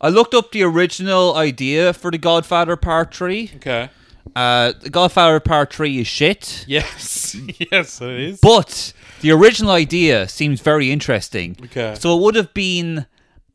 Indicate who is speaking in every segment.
Speaker 1: I looked up the original idea for The Godfather Part 3.
Speaker 2: Okay.
Speaker 1: Uh, the Godfather Part 3 is shit,
Speaker 2: Yes. yes, it is.
Speaker 1: but the original idea seems very interesting.
Speaker 2: Okay.
Speaker 1: So it would have been.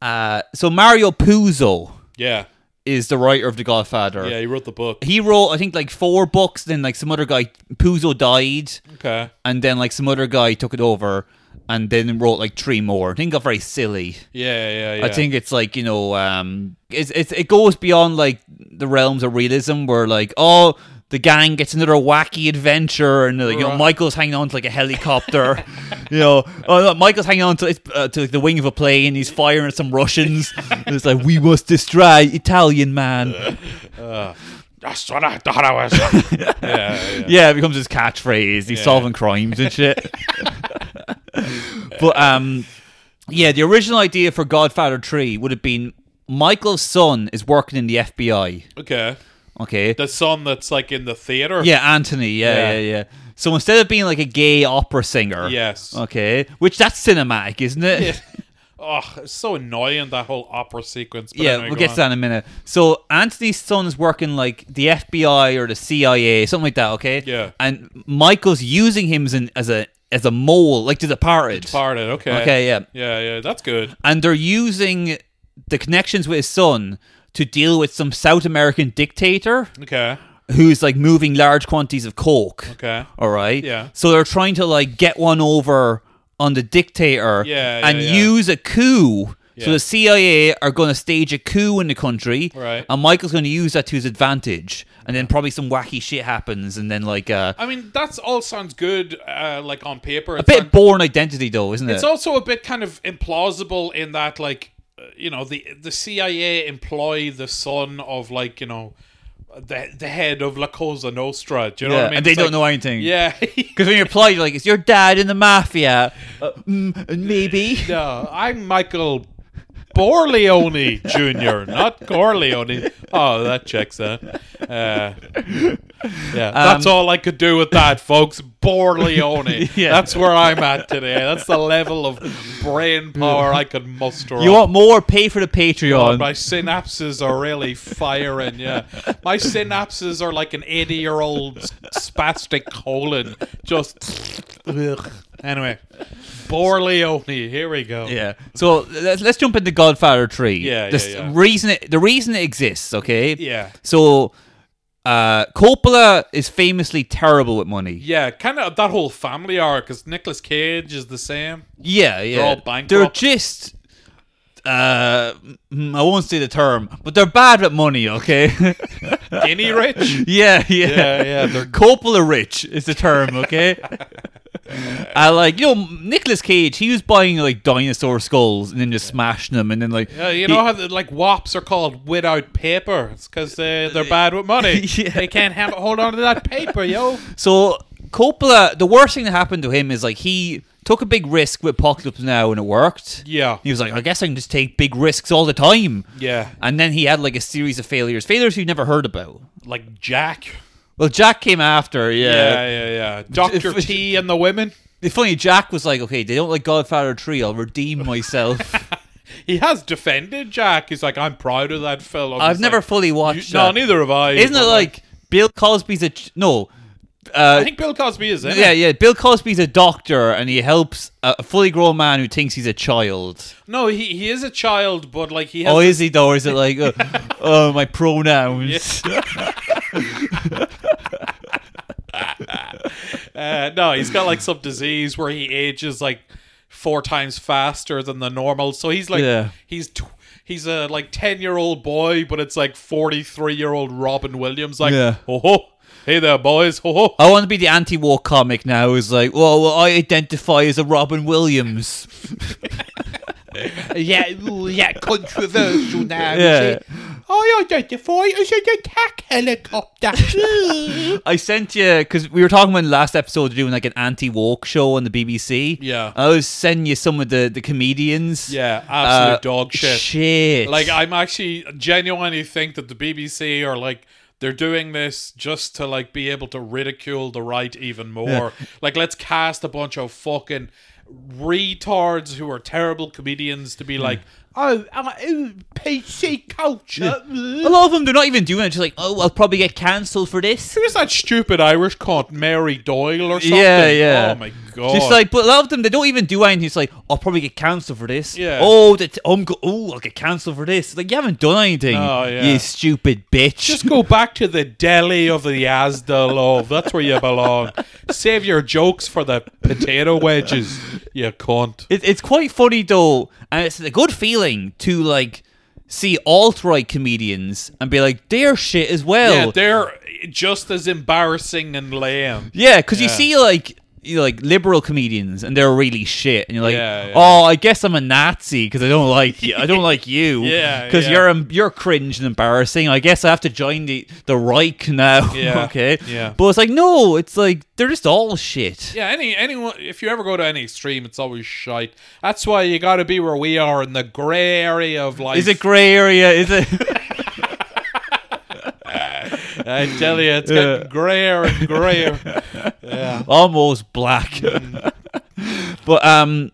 Speaker 1: Uh, so Mario Puzo
Speaker 2: yeah.
Speaker 1: is the writer of The Godfather.
Speaker 2: Yeah, he wrote the book.
Speaker 1: He wrote, I think, like four books. Then, like some other guy, Puzo died,
Speaker 2: Okay.
Speaker 1: and then like some other guy took it over, and then wrote like three more. I think it got very silly.
Speaker 2: Yeah, yeah, yeah.
Speaker 1: I think it's like you know, um, it's, it's it goes beyond like the realms of realism, where like oh, the gang gets another wacky adventure, and like, you know,
Speaker 2: Right.
Speaker 1: Michael's hanging on to like a helicopter, you know, oh, no, Michael's hanging on to uh, to like, the wing of a plane, he's firing at some Russians, and it's like we must destroy Italian man.
Speaker 2: That's what I thought I was. yeah, yeah, yeah.
Speaker 1: yeah, it becomes his catchphrase. He's solving crimes and shit. but um, yeah, the original idea for Godfather Three would have been Michael's son is working in the FBI.
Speaker 2: Okay.
Speaker 1: Okay.
Speaker 2: The son that's like in the theater.
Speaker 1: yeah, Anthony. Yeah, yeah,
Speaker 2: Yeah.
Speaker 1: yeah, So instead of being like a gay opera singer,
Speaker 2: Yes.
Speaker 1: okay, which that's cinematic, isn't it?
Speaker 2: Yeah. Oh, it's so annoying that whole opera sequence. But
Speaker 1: Yeah,
Speaker 2: anyway,
Speaker 1: we'll
Speaker 2: go
Speaker 1: get
Speaker 2: on.
Speaker 1: to that in a minute. So Anthony's son is working like the FBI or the CIA, something like that. Okay.
Speaker 2: Yeah.
Speaker 1: And Michael's using him as an as a as a mole, like to the parrot.
Speaker 2: Part it, Okay.
Speaker 1: Okay, yeah.
Speaker 2: Yeah, yeah. That's good.
Speaker 1: And they're using the connections with his son to deal with some South American dictator
Speaker 2: Okay.
Speaker 1: who's like moving large quantities of coke.
Speaker 2: Okay.
Speaker 1: All right.
Speaker 2: Yeah.
Speaker 1: So they're trying to like get one over on the dictator
Speaker 2: Yeah, yeah,
Speaker 1: and
Speaker 2: yeah.
Speaker 1: use a coup. So
Speaker 2: Yeah.
Speaker 1: the CIA are going to stage a coup in the country,
Speaker 2: Right.
Speaker 1: and Michael's going to use that to his advantage, and then probably some wacky shit happens, and then like uh,
Speaker 2: I mean, that's all sounds good, uh, like on paper.
Speaker 1: a bit of born identity though, isn't it?
Speaker 2: It's also a bit kind of implausible in that, like, uh, you know, the the CIA employ the son of like, you know, the the head of La Cosa Nostra. Do you know
Speaker 1: yeah,
Speaker 2: what I mean?
Speaker 1: and they
Speaker 2: It's
Speaker 1: don't
Speaker 2: like-
Speaker 1: know anything.
Speaker 2: Yeah.
Speaker 1: Because when you apply, you're like, "Is your dad in the mafia?" Uh, mm, maybe.
Speaker 2: no, I'm Michael Borleone Jr., not Corleone. Oh, that checks out. Uh, yeah, that's
Speaker 1: Um,
Speaker 2: all I could do with that, folks. Borleone.
Speaker 1: Yeah.
Speaker 2: That's where I'm at today. That's the level of brain power I could muster.
Speaker 1: You
Speaker 2: up.
Speaker 1: want more? Pay for the Patreon.
Speaker 2: my synapses are really firing. Yeah, my synapses are like an eighty-year-old spastic colon. Just Ugh. anyway, Borleone. Here we go.
Speaker 1: Yeah. So let's let's jump into Godfather Three.
Speaker 2: Yeah,
Speaker 1: The
Speaker 2: yeah,
Speaker 1: s-
Speaker 2: yeah.
Speaker 1: reason it the reason it exists, okay?
Speaker 2: Yeah.
Speaker 1: So uh Coppola is famously terrible with money.
Speaker 2: Yeah, kind of that whole family arc because Nicolas Cage is the same.
Speaker 1: Yeah, yeah.
Speaker 2: all bankrupt.
Speaker 1: They're just uh mm, I won't say the term, but they're bad with money, okay?
Speaker 2: Guinea rich.
Speaker 1: yeah, yeah.
Speaker 2: Yeah, yeah, they're-
Speaker 1: Coppola rich is the term, okay? I like you know Nicolas Cage. He was buying like dinosaur skulls and then just smashing them, and then like
Speaker 2: Uh, you
Speaker 1: he-
Speaker 2: know how the, like wops are called without paper? It's because they they're bad with money.
Speaker 1: Yeah.
Speaker 2: They can't have hold on to that paper, yo.
Speaker 1: So Coppola, the worst thing that happened to him is like he took a big risk with Apocalypse Now and it worked.
Speaker 2: Yeah.
Speaker 1: He was like, I guess I can just take big risks all the time.
Speaker 2: Yeah,
Speaker 1: And then he had like a series of failures, failures you never heard about.
Speaker 2: like Jack.
Speaker 1: Well, Jack came after,
Speaker 2: Yeah,
Speaker 1: yeah.
Speaker 2: yeah, yeah. Doctor T and the women.
Speaker 1: It's funny, Jack was like, okay, they don't like Godfather 3, I'll redeem myself.
Speaker 2: He has defended Jack. He's like, I'm proud of that film.
Speaker 1: I've
Speaker 2: It's
Speaker 1: never
Speaker 2: like,
Speaker 1: fully
Speaker 2: you-
Speaker 1: watched
Speaker 2: No,
Speaker 1: that.
Speaker 2: neither have I.
Speaker 1: Isn't it
Speaker 2: but,
Speaker 1: like Bill Cosby's a. Ch- no.
Speaker 2: I
Speaker 1: Uh,
Speaker 2: think Bill Cosby is in
Speaker 1: yeah,
Speaker 2: it.
Speaker 1: yeah. Bill Cosby's a doctor and he helps a a fully grown man who thinks he's a child.
Speaker 2: No, he he is a child, but like he has.
Speaker 1: Oh, is he though? Or is it like, uh, oh, my pronouns?
Speaker 2: uh, no, he's got like some disease where he ages like four times faster than the normal. So he's like,
Speaker 1: Yeah.
Speaker 2: he's. Tw- He's a like ten year old boy, but it's like forty three year old Robin Williams. Like,
Speaker 1: Yeah.
Speaker 2: oh ho, hey there, boys, ho ho.
Speaker 1: I want to be the anti-war comic now. Who's like, well, well, I identify as a Robin Williams.
Speaker 2: Yeah, yeah, controversial now.
Speaker 1: Yeah.
Speaker 2: I identify as an attack helicopter.
Speaker 1: I sent you because we were talking about in the last episode of doing like an anti-woke show on the BBC.
Speaker 2: Yeah.
Speaker 1: I was sending you some of the the comedians.
Speaker 2: yeah, absolute
Speaker 1: Uh,
Speaker 2: dog shit.
Speaker 1: Shit.
Speaker 2: Like, I'm actually genuinely think that the BBC are like. They're doing this just to like be able to ridicule the right even more. Like, let's
Speaker 1: Hmm.
Speaker 2: cast a bunch of fucking retards who are terrible comedians to be like, oh, I'm a- ooh, PC culture.
Speaker 1: A lot of them, they're not even doing it. Just like, oh, I'll probably get cancelled for this.
Speaker 2: Who's that stupid Irish cunt, Mary Doyle or something?
Speaker 1: Yeah, yeah.
Speaker 2: Oh my god.
Speaker 1: Just like, but a lot of them, they don't even do anything. It's like, I'll probably get cancelled for this.
Speaker 2: Yeah.
Speaker 1: Oh, that I'm go- oh, I'll get cancelled for this. Like, you haven't done anything.
Speaker 2: Oh, yeah.
Speaker 1: You stupid bitch.
Speaker 2: Just go back to the deli of the Asda, love. That's where you belong. Save your jokes for the potato wedges, you cunt.
Speaker 1: It, it's quite funny though, and it's a good feeling to like see alt right comedians and be like, their shit as well.
Speaker 2: Yeah, they're just as embarrassing and lame.
Speaker 1: Yeah, because you
Speaker 2: Yeah.
Speaker 1: see like you know, like liberal comedians and they're really shit, and you're like,
Speaker 2: Yeah, yeah.
Speaker 1: oh, I guess I'm a Nazi because I don't like you. I don't like you.
Speaker 2: Yeah,
Speaker 1: because
Speaker 2: yeah.
Speaker 1: you're um, you're cringe and embarrassing. I guess I have to join the the Reich now.
Speaker 2: Yeah,
Speaker 1: okay.
Speaker 2: yeah.
Speaker 1: But it's like no, it's like they're just all shit.
Speaker 2: Yeah, any anyone if you ever go to any extreme, it's always shite. That's why you got to be where we are in the gray area of life.
Speaker 1: Is it grey area? Is it?
Speaker 2: I tell you, it's getting grayer and grayer. yeah.
Speaker 1: almost black.
Speaker 2: Mm.
Speaker 1: but um,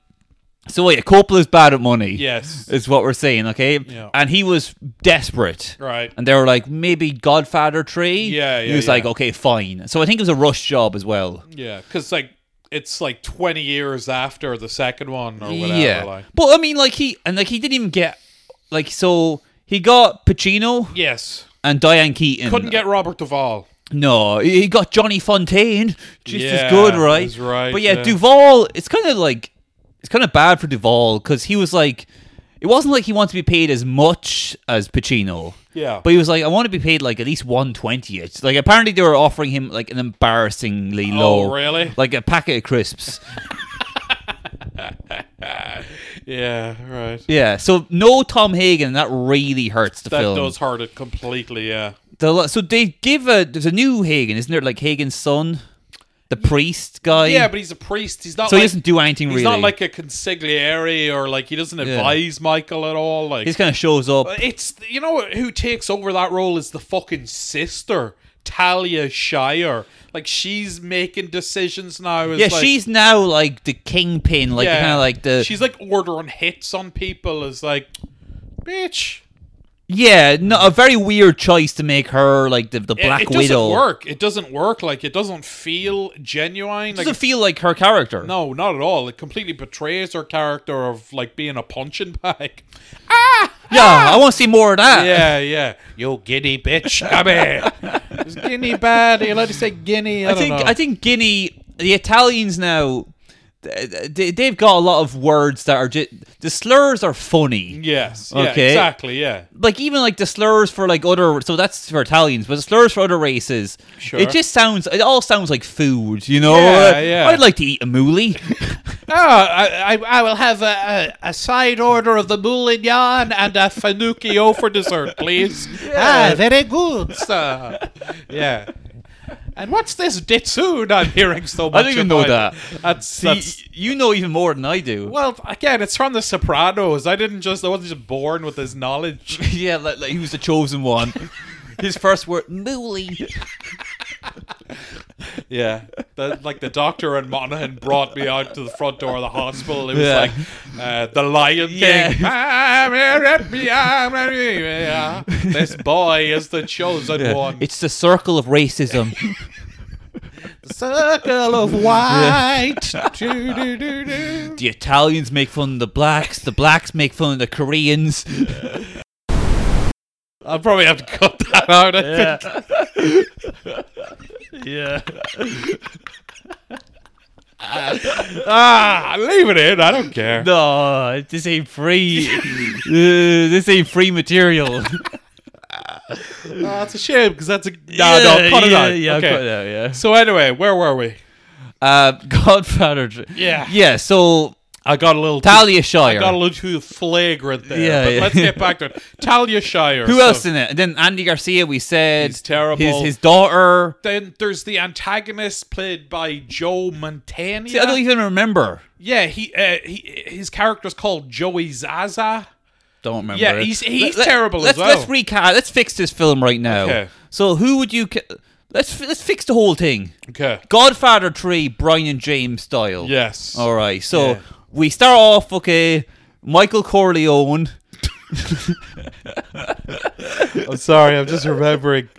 Speaker 1: so yeah, Coppola's bad at money.
Speaker 2: Yes.
Speaker 1: is what we're saying, okay?
Speaker 2: Yeah.
Speaker 1: And he was desperate.
Speaker 2: Right.
Speaker 1: And they were like, maybe Godfather Tree.
Speaker 2: Yeah,
Speaker 1: He
Speaker 2: yeah,
Speaker 1: was like,
Speaker 2: yeah.
Speaker 1: okay, fine. So I think it was a rush job as well.
Speaker 2: Yeah, because like it's like twenty years after the second one or whatever.
Speaker 1: yeah.
Speaker 2: Like.
Speaker 1: But I mean, like he and like he didn't even get like so he got Pacino
Speaker 2: Yes.
Speaker 1: and Diane Keaton.
Speaker 2: Couldn't get Robert Duvall.
Speaker 1: no. He he got Johnny Fontaine, just
Speaker 2: Yeah,
Speaker 1: as good, right?
Speaker 2: that's right,
Speaker 1: But yeah,
Speaker 2: yeah.
Speaker 1: Duvall. It's kind of like it's kind of bad for Duvall because he was like, it wasn't like he wanted to be paid as much as Pacino.
Speaker 2: Yeah.
Speaker 1: But he was like, I want to be paid like at least one twentieth. Like apparently they were offering him like an embarrassingly low,
Speaker 2: Oh, really?
Speaker 1: like a packet of crisps.
Speaker 2: yeah, right.
Speaker 1: yeah. So no Tom Hagen. That really hurts the
Speaker 2: That
Speaker 1: film.
Speaker 2: does hurt it completely. Yeah.
Speaker 1: The- so they give a there's a new Hagen, isn't there? Like Hagen's son, the priest guy.
Speaker 2: Yeah, but he's a priest. He's not.
Speaker 1: so
Speaker 2: like,
Speaker 1: he doesn't do anything
Speaker 2: He's
Speaker 1: really.
Speaker 2: not like a consigliere or like he doesn't advise Michael at all. Like
Speaker 1: he just kind of shows up.
Speaker 2: it's you know who takes over that role is the fucking sister Talia Shire. Like she's making decisions now. It's
Speaker 1: Yeah,
Speaker 2: like,
Speaker 1: she's now like the kingpin, like
Speaker 2: yeah,
Speaker 1: kind of like the
Speaker 2: she's like ordering hits on people. Is like, bitch.
Speaker 1: yeah, no, a very weird choice to make her like the, the
Speaker 2: it-
Speaker 1: Black
Speaker 2: it,
Speaker 1: Widow.
Speaker 2: doesn't work. It doesn't work. Like it doesn't feel genuine.
Speaker 1: It
Speaker 2: Like
Speaker 1: doesn't feel like her character.
Speaker 2: no, not at all. It completely betrays her character of like being a punching bag. Ah,
Speaker 1: Yeah, I want to see more of that.
Speaker 2: yeah, yeah. You guinea bitch, come here. Is guinea bad? Are you allowed to say guinea? I,
Speaker 1: I
Speaker 2: don't
Speaker 1: think
Speaker 2: know.
Speaker 1: I think Guinea, the Italians now, th- th- they've got a lot of words that are just the slurs are funny.
Speaker 2: Yes. Yeah,
Speaker 1: Okay.
Speaker 2: Exactly. Yeah.
Speaker 1: Like even like the slurs for like other, so that's for Italians, but the slurs for other races,
Speaker 2: Sure.
Speaker 1: it just sounds, it all sounds like food, you know.
Speaker 2: Yeah,
Speaker 1: Uh,
Speaker 2: yeah.
Speaker 1: I'd like to eat a moolie.
Speaker 2: Oh, I, I, I will have a, a, a side order of the moulignon and a finocchio for dessert, please. Ah, very good, sir. Yeah. And what's this ditsoon I'm hearing so much?
Speaker 1: I don't even know
Speaker 2: about?
Speaker 1: that.
Speaker 2: That's,
Speaker 1: See,
Speaker 2: that's
Speaker 1: you know even more than I do.
Speaker 2: well, again, it's from The Sopranos. I didn't just I wasn't just born with this knowledge.
Speaker 1: yeah, like, like he was the chosen one. His first word, moolie.
Speaker 2: Yeah, the, like the doctor and Monaghan brought me out to the front door of the hospital. It was
Speaker 1: Yeah.
Speaker 2: like uh, the Lion
Speaker 1: Yeah.
Speaker 2: King. "I'm here at me, I'm at me, yeah. This boy is the chosen one.
Speaker 1: It's the circle of racism.
Speaker 2: the circle of white. Do, do, do, do.
Speaker 1: the Italians make fun of the blacks. The blacks make fun of the Koreans.
Speaker 2: I'll probably have to cut that out. I think.
Speaker 1: yeah.
Speaker 2: Ah, leave it in. I don't care.
Speaker 1: No, this ain't free. Uh, this ain't free material.
Speaker 2: Ah, it's a shame because that's a no, no. Cut it
Speaker 1: yeah,
Speaker 2: out.
Speaker 1: Yeah,
Speaker 2: okay.
Speaker 1: cut it out. Yeah.
Speaker 2: So anyway, where were we?
Speaker 1: Uh, Godfather. Dr-
Speaker 2: Yeah.
Speaker 1: Yeah. So
Speaker 2: I got a little too
Speaker 1: Talia Shire.
Speaker 2: got a little too flagrant there.
Speaker 1: Yeah,
Speaker 2: but
Speaker 1: yeah.
Speaker 2: let's get back to it. Talia Shire.
Speaker 1: Who
Speaker 2: so-
Speaker 1: else in it? And then Andy Garcia. We said
Speaker 2: He's terrible.
Speaker 1: His his daughter.
Speaker 2: Then there's the antagonist played by Joe Montana.
Speaker 1: See, I don't even remember.
Speaker 2: yeah, he, uh, he his character's called Joey Zaza.
Speaker 1: Don't remember.
Speaker 2: Yeah,
Speaker 1: it.
Speaker 2: he's- he's
Speaker 1: Let- let-
Speaker 2: terrible as
Speaker 1: Let's
Speaker 2: well.
Speaker 1: let's recast. Let's fix this film right now.
Speaker 2: Okay.
Speaker 1: So who would you? Ca- let's let's fix the whole thing.
Speaker 2: Okay.
Speaker 1: Godfather 3, Brian James style.
Speaker 2: Yes.
Speaker 1: Oh, All right. So
Speaker 2: Yeah.
Speaker 1: we start off, okay, Michael Corleone.
Speaker 2: I'm sorry, I'm just remembering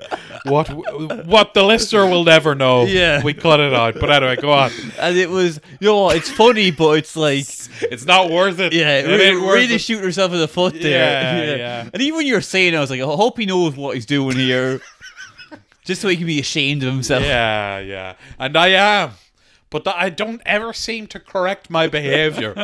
Speaker 2: what what the listener will never know.
Speaker 1: Yeah.
Speaker 2: we cut it out. But anyway, go on.
Speaker 1: and it was, you know, what, it's funny, but it's like,
Speaker 2: It's not worth it.
Speaker 1: yeah,
Speaker 2: it
Speaker 1: it
Speaker 2: ain't worth
Speaker 1: really
Speaker 2: it.
Speaker 1: shooting herself in the foot there.
Speaker 2: Yeah, yeah.
Speaker 1: And even when you were saying, it, I was like, I hope he knows what he's doing here, just so he can be ashamed of himself.
Speaker 2: Yeah, yeah. And I am. But th- I don't ever seem to correct my behavior.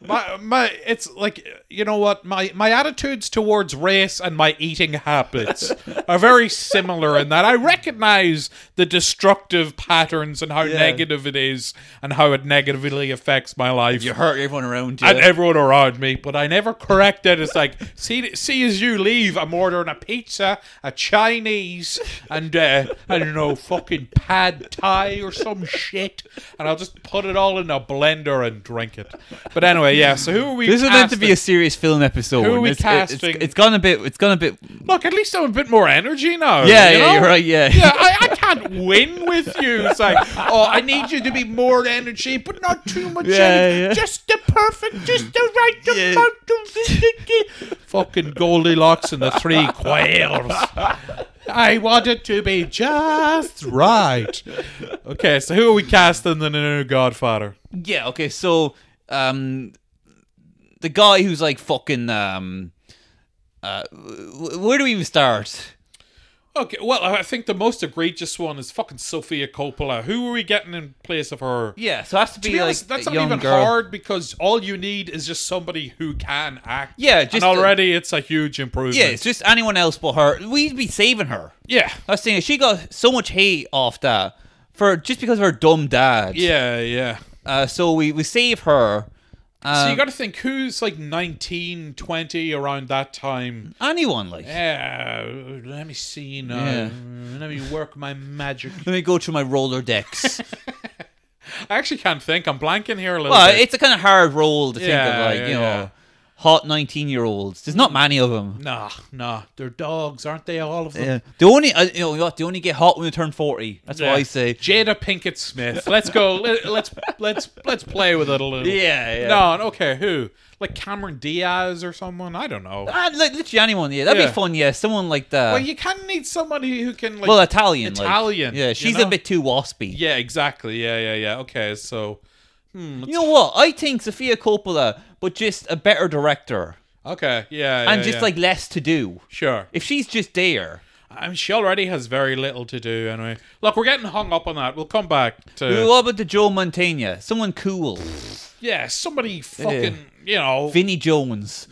Speaker 2: my, my, it's like you know what my my attitudes towards race and my eating habits are very similar in that I recognize the destructive patterns and how
Speaker 1: Yeah.
Speaker 2: negative it is and how it negatively affects my life
Speaker 1: You hurt everyone around you.
Speaker 2: and everyone around me, but I never correct it. It's like, see, see as you leave, I'm ordering a pizza, a Chinese, and uh, I don't know, fucking pad thai or some shit, and I'll just put it all in a blender and drink it. But anyway, yeah. So who are we?
Speaker 1: this is meant to be a
Speaker 2: casting?
Speaker 1: serious film episode.
Speaker 2: Who are we
Speaker 1: It's- it's-
Speaker 2: casting?
Speaker 1: it's gone a bit. It's gone a bit.
Speaker 2: look. At least I'm a bit more energy now.
Speaker 1: Yeah,
Speaker 2: you
Speaker 1: yeah,
Speaker 2: know?
Speaker 1: you're right. Yeah.
Speaker 2: Yeah, I, I can't win with you. It's like, oh, I need you to be more energy, but not too much
Speaker 1: Yeah,
Speaker 2: energy.
Speaker 1: yeah.
Speaker 2: Just the perfect, just the right
Speaker 1: Yeah.
Speaker 2: amount of fucking Goldilocks and the three quails. I want it to be just right. Okay, so who are we casting in the new Godfather?
Speaker 1: Yeah, okay, so um the guy who's like fucking um uh wh- where do we even start?
Speaker 2: Okay, well, I think the most egregious one is fucking Sophia Coppola. Who are we getting in place of her?
Speaker 1: Yeah, so it has to be,
Speaker 2: To be
Speaker 1: like
Speaker 2: honest, that's
Speaker 1: a
Speaker 2: not
Speaker 1: young
Speaker 2: even
Speaker 1: girl.
Speaker 2: hard because all you need is just somebody who can act.
Speaker 1: Yeah, just
Speaker 2: and
Speaker 1: a-
Speaker 2: already it's a huge improvement.
Speaker 1: Yeah, it's just anyone else but her. We'd be saving her.
Speaker 2: yeah,
Speaker 1: I was saying she got so much hate off that for just because of her dumb dad.
Speaker 2: yeah, yeah.
Speaker 1: Uh, so we, we save her. Um,
Speaker 2: so you got to think who's like 19, 20 around that time.
Speaker 1: anyone like
Speaker 2: Yeah, let me see now.
Speaker 1: Yeah.
Speaker 2: Let me work my magic.
Speaker 1: let me go through my roller decks.
Speaker 2: I actually can't think. I'm blanking here a little
Speaker 1: well,
Speaker 2: bit.
Speaker 1: it's a kind of hard role to think
Speaker 2: Yeah,
Speaker 1: of, like
Speaker 2: yeah,
Speaker 1: you know,
Speaker 2: yeah.
Speaker 1: hot nineteen year olds. There's not many of them.
Speaker 2: Nah, nah, they're dogs, aren't they? All of them.
Speaker 1: Yeah. They only, uh, you know, what, they only get hot when they turn forty. That's
Speaker 2: Yeah.
Speaker 1: what I say.
Speaker 2: Jada Pinkett Smith. Let's go. Let, let's let's let's play with it a little.
Speaker 1: Yeah, yeah.
Speaker 2: No, and okay, who? Like Cameron Diaz or someone? I don't know.
Speaker 1: Ah, like, literally anyone. Yeah, that'd
Speaker 2: Yeah.
Speaker 1: be fun. Yeah, someone like that.
Speaker 2: Well,
Speaker 1: Well,
Speaker 2: you kind of need somebody who can like.
Speaker 1: Italian. like-
Speaker 2: Italian,
Speaker 1: yeah,
Speaker 2: you
Speaker 1: she's
Speaker 2: know?
Speaker 1: a bit too waspy.
Speaker 2: yeah, exactly. Yeah, yeah, yeah. Okay, so
Speaker 1: You know what? I think Sofia Coppola, but just a better director
Speaker 2: okay, yeah,
Speaker 1: and
Speaker 2: yeah,
Speaker 1: just
Speaker 2: yeah.
Speaker 1: like less to do.
Speaker 2: sure.
Speaker 1: If she's just there,
Speaker 2: I mean, she already has very little to do anyway. Look, we're getting hung up on that. We'll come back to
Speaker 1: what about the Joe Montana? Someone cool,
Speaker 2: yeah, somebody fucking you know.
Speaker 1: Vinnie Jones.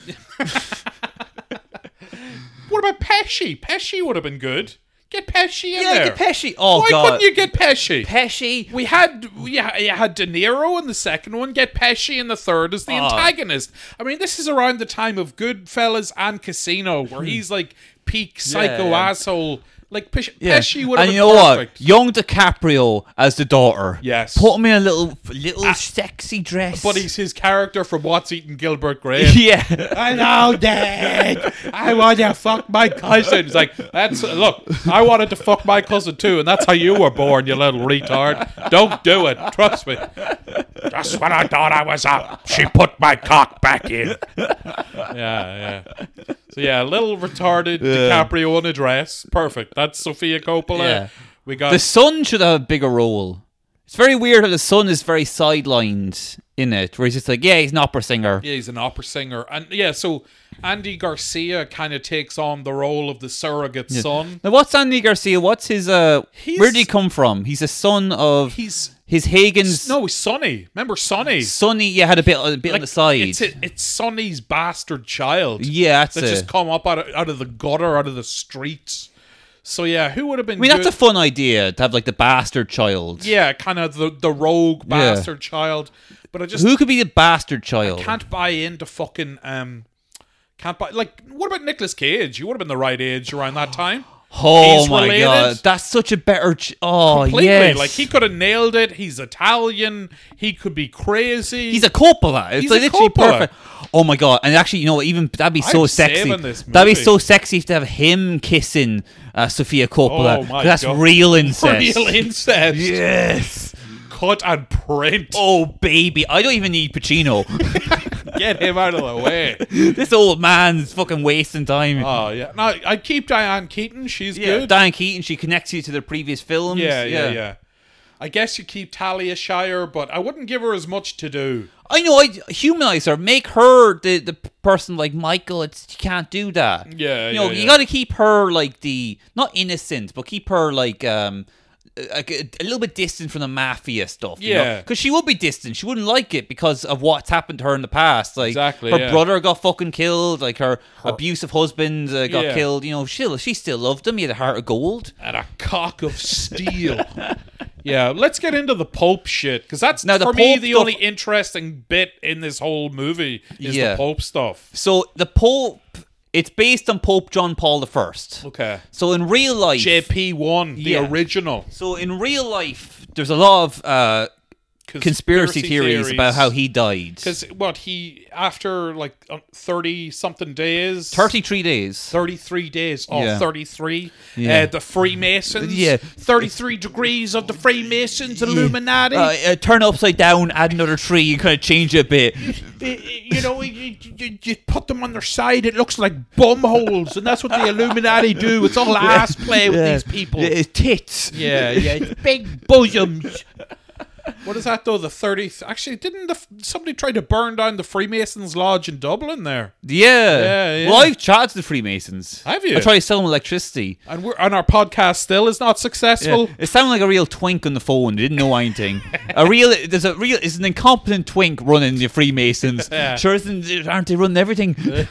Speaker 2: what about Pesci? Pesci would have been good. Get Pesci in
Speaker 1: Yeah,
Speaker 2: there.
Speaker 1: get Pesci. Oh
Speaker 2: Why
Speaker 1: god,
Speaker 2: couldn't you get Pesci?
Speaker 1: Pesci.
Speaker 2: We had we ha- you had De Niro in the second one, get Pesci in the third as the
Speaker 1: Ah.
Speaker 2: antagonist. I mean, this is around the time of Goodfellas and Casino, where he's like peak psycho
Speaker 1: Hmm. yeah.
Speaker 2: asshole. Like Pesci,
Speaker 1: Yeah.
Speaker 2: Pesci would have
Speaker 1: and
Speaker 2: been
Speaker 1: you know
Speaker 2: perfect.
Speaker 1: what? Young DiCaprio as the daughter.
Speaker 2: Yes. Ah.
Speaker 1: Put him in a little little sexy dress.
Speaker 2: But he's his character from What's Eating Gilbert Grape.
Speaker 1: yeah.
Speaker 2: I know, Dad. I want to fuck my cousin. It's like that's look. I wanted to fuck my cousin too, and that's how you were born, you little retard. Don't do it. Trust me. Just when I thought I was up, she put my cock back in. Yeah, yeah. So yeah, a little retarded DiCaprio in a dress. Perfect. That's Sophia Coppola.
Speaker 1: Yeah.
Speaker 2: We got
Speaker 1: The son should have a bigger role. It's very weird how the son is very sidelined in it, where he's just like, yeah, he's an opera singer.
Speaker 2: Yeah, he's an opera singer, and yeah, so Andy Garcia kind of takes on the role of the surrogate son.
Speaker 1: Now, what's Andy Garcia? What's his, uh, where
Speaker 2: He's-
Speaker 1: did he come from? He's a son of
Speaker 2: He's
Speaker 1: his Hagen's
Speaker 2: no Sonny. Remember Sonny?
Speaker 1: Sonny, yeah, had a bit, a bit on the side.
Speaker 2: It's it, it's Sonny's bastard child.
Speaker 1: yeah, that's
Speaker 2: that
Speaker 1: it.
Speaker 2: just come up out of, out of the gutter, out of the streets. So yeah, who would have been?
Speaker 1: I mean, that's
Speaker 2: good?
Speaker 1: a fun idea to have, like, the bastard child.
Speaker 2: yeah, kind of the the rogue bastard child. But I just
Speaker 1: Who could be the bastard child?
Speaker 2: can't buy into fucking um. Can't buy like what about Nicolas Cage? You would have been the right age around that time.
Speaker 1: Oh
Speaker 2: He's
Speaker 1: my
Speaker 2: related.
Speaker 1: god, that's such a better. Ch- oh
Speaker 2: Completely,
Speaker 1: yes,
Speaker 2: like he could have nailed it. He's Italian. He could be crazy.
Speaker 1: He's a Coppola. It's
Speaker 2: He's
Speaker 1: like
Speaker 2: a
Speaker 1: literally
Speaker 2: Coppola.
Speaker 1: perfect. Oh my god! And actually, you know, what, even that'd be so
Speaker 2: I'm
Speaker 1: sexy.
Speaker 2: saving this
Speaker 1: That'd be
Speaker 2: movie.
Speaker 1: so sexy if to have him kissing uh, Sophia Coppola.
Speaker 2: Oh my
Speaker 1: 'cause that's
Speaker 2: God.
Speaker 1: real incest.
Speaker 2: real incest.
Speaker 1: yes.
Speaker 2: Cut and print.
Speaker 1: Oh baby, I don't even need Pacino.
Speaker 2: Get him out of the way.
Speaker 1: this old man's fucking wasting time.
Speaker 2: Oh yeah. No, I keep Diane Keaton. She's
Speaker 1: yeah,
Speaker 2: good.
Speaker 1: Diane Keaton, she connects you to their previous films.
Speaker 2: yeah, yeah, yeah. I guess you keep Talia Shire, but I wouldn't give her as much to do.
Speaker 1: I know. I humanize her, make her the the p- person like Michael. It's you can't do that.
Speaker 2: Yeah,
Speaker 1: you know,
Speaker 2: yeah,
Speaker 1: you
Speaker 2: yeah.
Speaker 1: got to keep her like the not innocent, but keep her like um. Like a, a little bit distant from the mafia stuff, you
Speaker 2: Yeah.
Speaker 1: Because she would be distant; she wouldn't like it because of what's happened to her in the past. Like
Speaker 2: Exactly,
Speaker 1: her
Speaker 2: yeah.
Speaker 1: brother got fucking killed, like her, abusive husband uh, got
Speaker 2: Yeah.
Speaker 1: killed. You know, she she still loved him. He had a heart of gold.
Speaker 2: And a cock of steel. yeah, let's get into the Pope shit because that's
Speaker 1: Now, the
Speaker 2: for me
Speaker 1: Pope
Speaker 2: the
Speaker 1: stuff-
Speaker 2: only interesting bit in this whole movie is
Speaker 1: Yeah.
Speaker 2: the Pope stuff.
Speaker 1: So the Pope, it's based on Pope John Paul the First.
Speaker 2: Okay.
Speaker 1: So in real life,
Speaker 2: JP one, the
Speaker 1: Yeah.
Speaker 2: original
Speaker 1: So in real life, there's a lot of uh, conspiracy, theories, about how he died.
Speaker 2: because what he after like thirty something days,
Speaker 1: 33 days.
Speaker 2: 33 days or
Speaker 1: Yeah.
Speaker 2: 33
Speaker 1: Yeah.
Speaker 2: uh, the freemasons
Speaker 1: Yeah.
Speaker 2: 33 degrees of the freemasons illuminati
Speaker 1: Uh, uh, turn upside down, add another tree, and kind of change it a bit.
Speaker 2: I- I- you know you, you, you put them on their side it looks like bum holes and that's what the illuminati do it's all ass play with
Speaker 1: Yeah.
Speaker 2: these people
Speaker 1: Uh, Yeah,
Speaker 2: yeah
Speaker 1: it's tits.
Speaker 2: yeah, it's big bosoms what is that though the 30 actually didn't the, somebody try to burn down the freemasons lodge in dublin there
Speaker 1: Yeah.
Speaker 2: Yeah, yeah.
Speaker 1: Well, I've chatted to the Freemasons.
Speaker 2: Have you?
Speaker 1: I tried to sell them electricity.
Speaker 2: and we're and our podcast still is not successful
Speaker 1: It sounded like a real twink on the phone. They didn't know anything. a real, there's a real, it's an incompetent twink running the Freemasons.
Speaker 2: Yeah.
Speaker 1: Sure, isn't, aren't they running everything?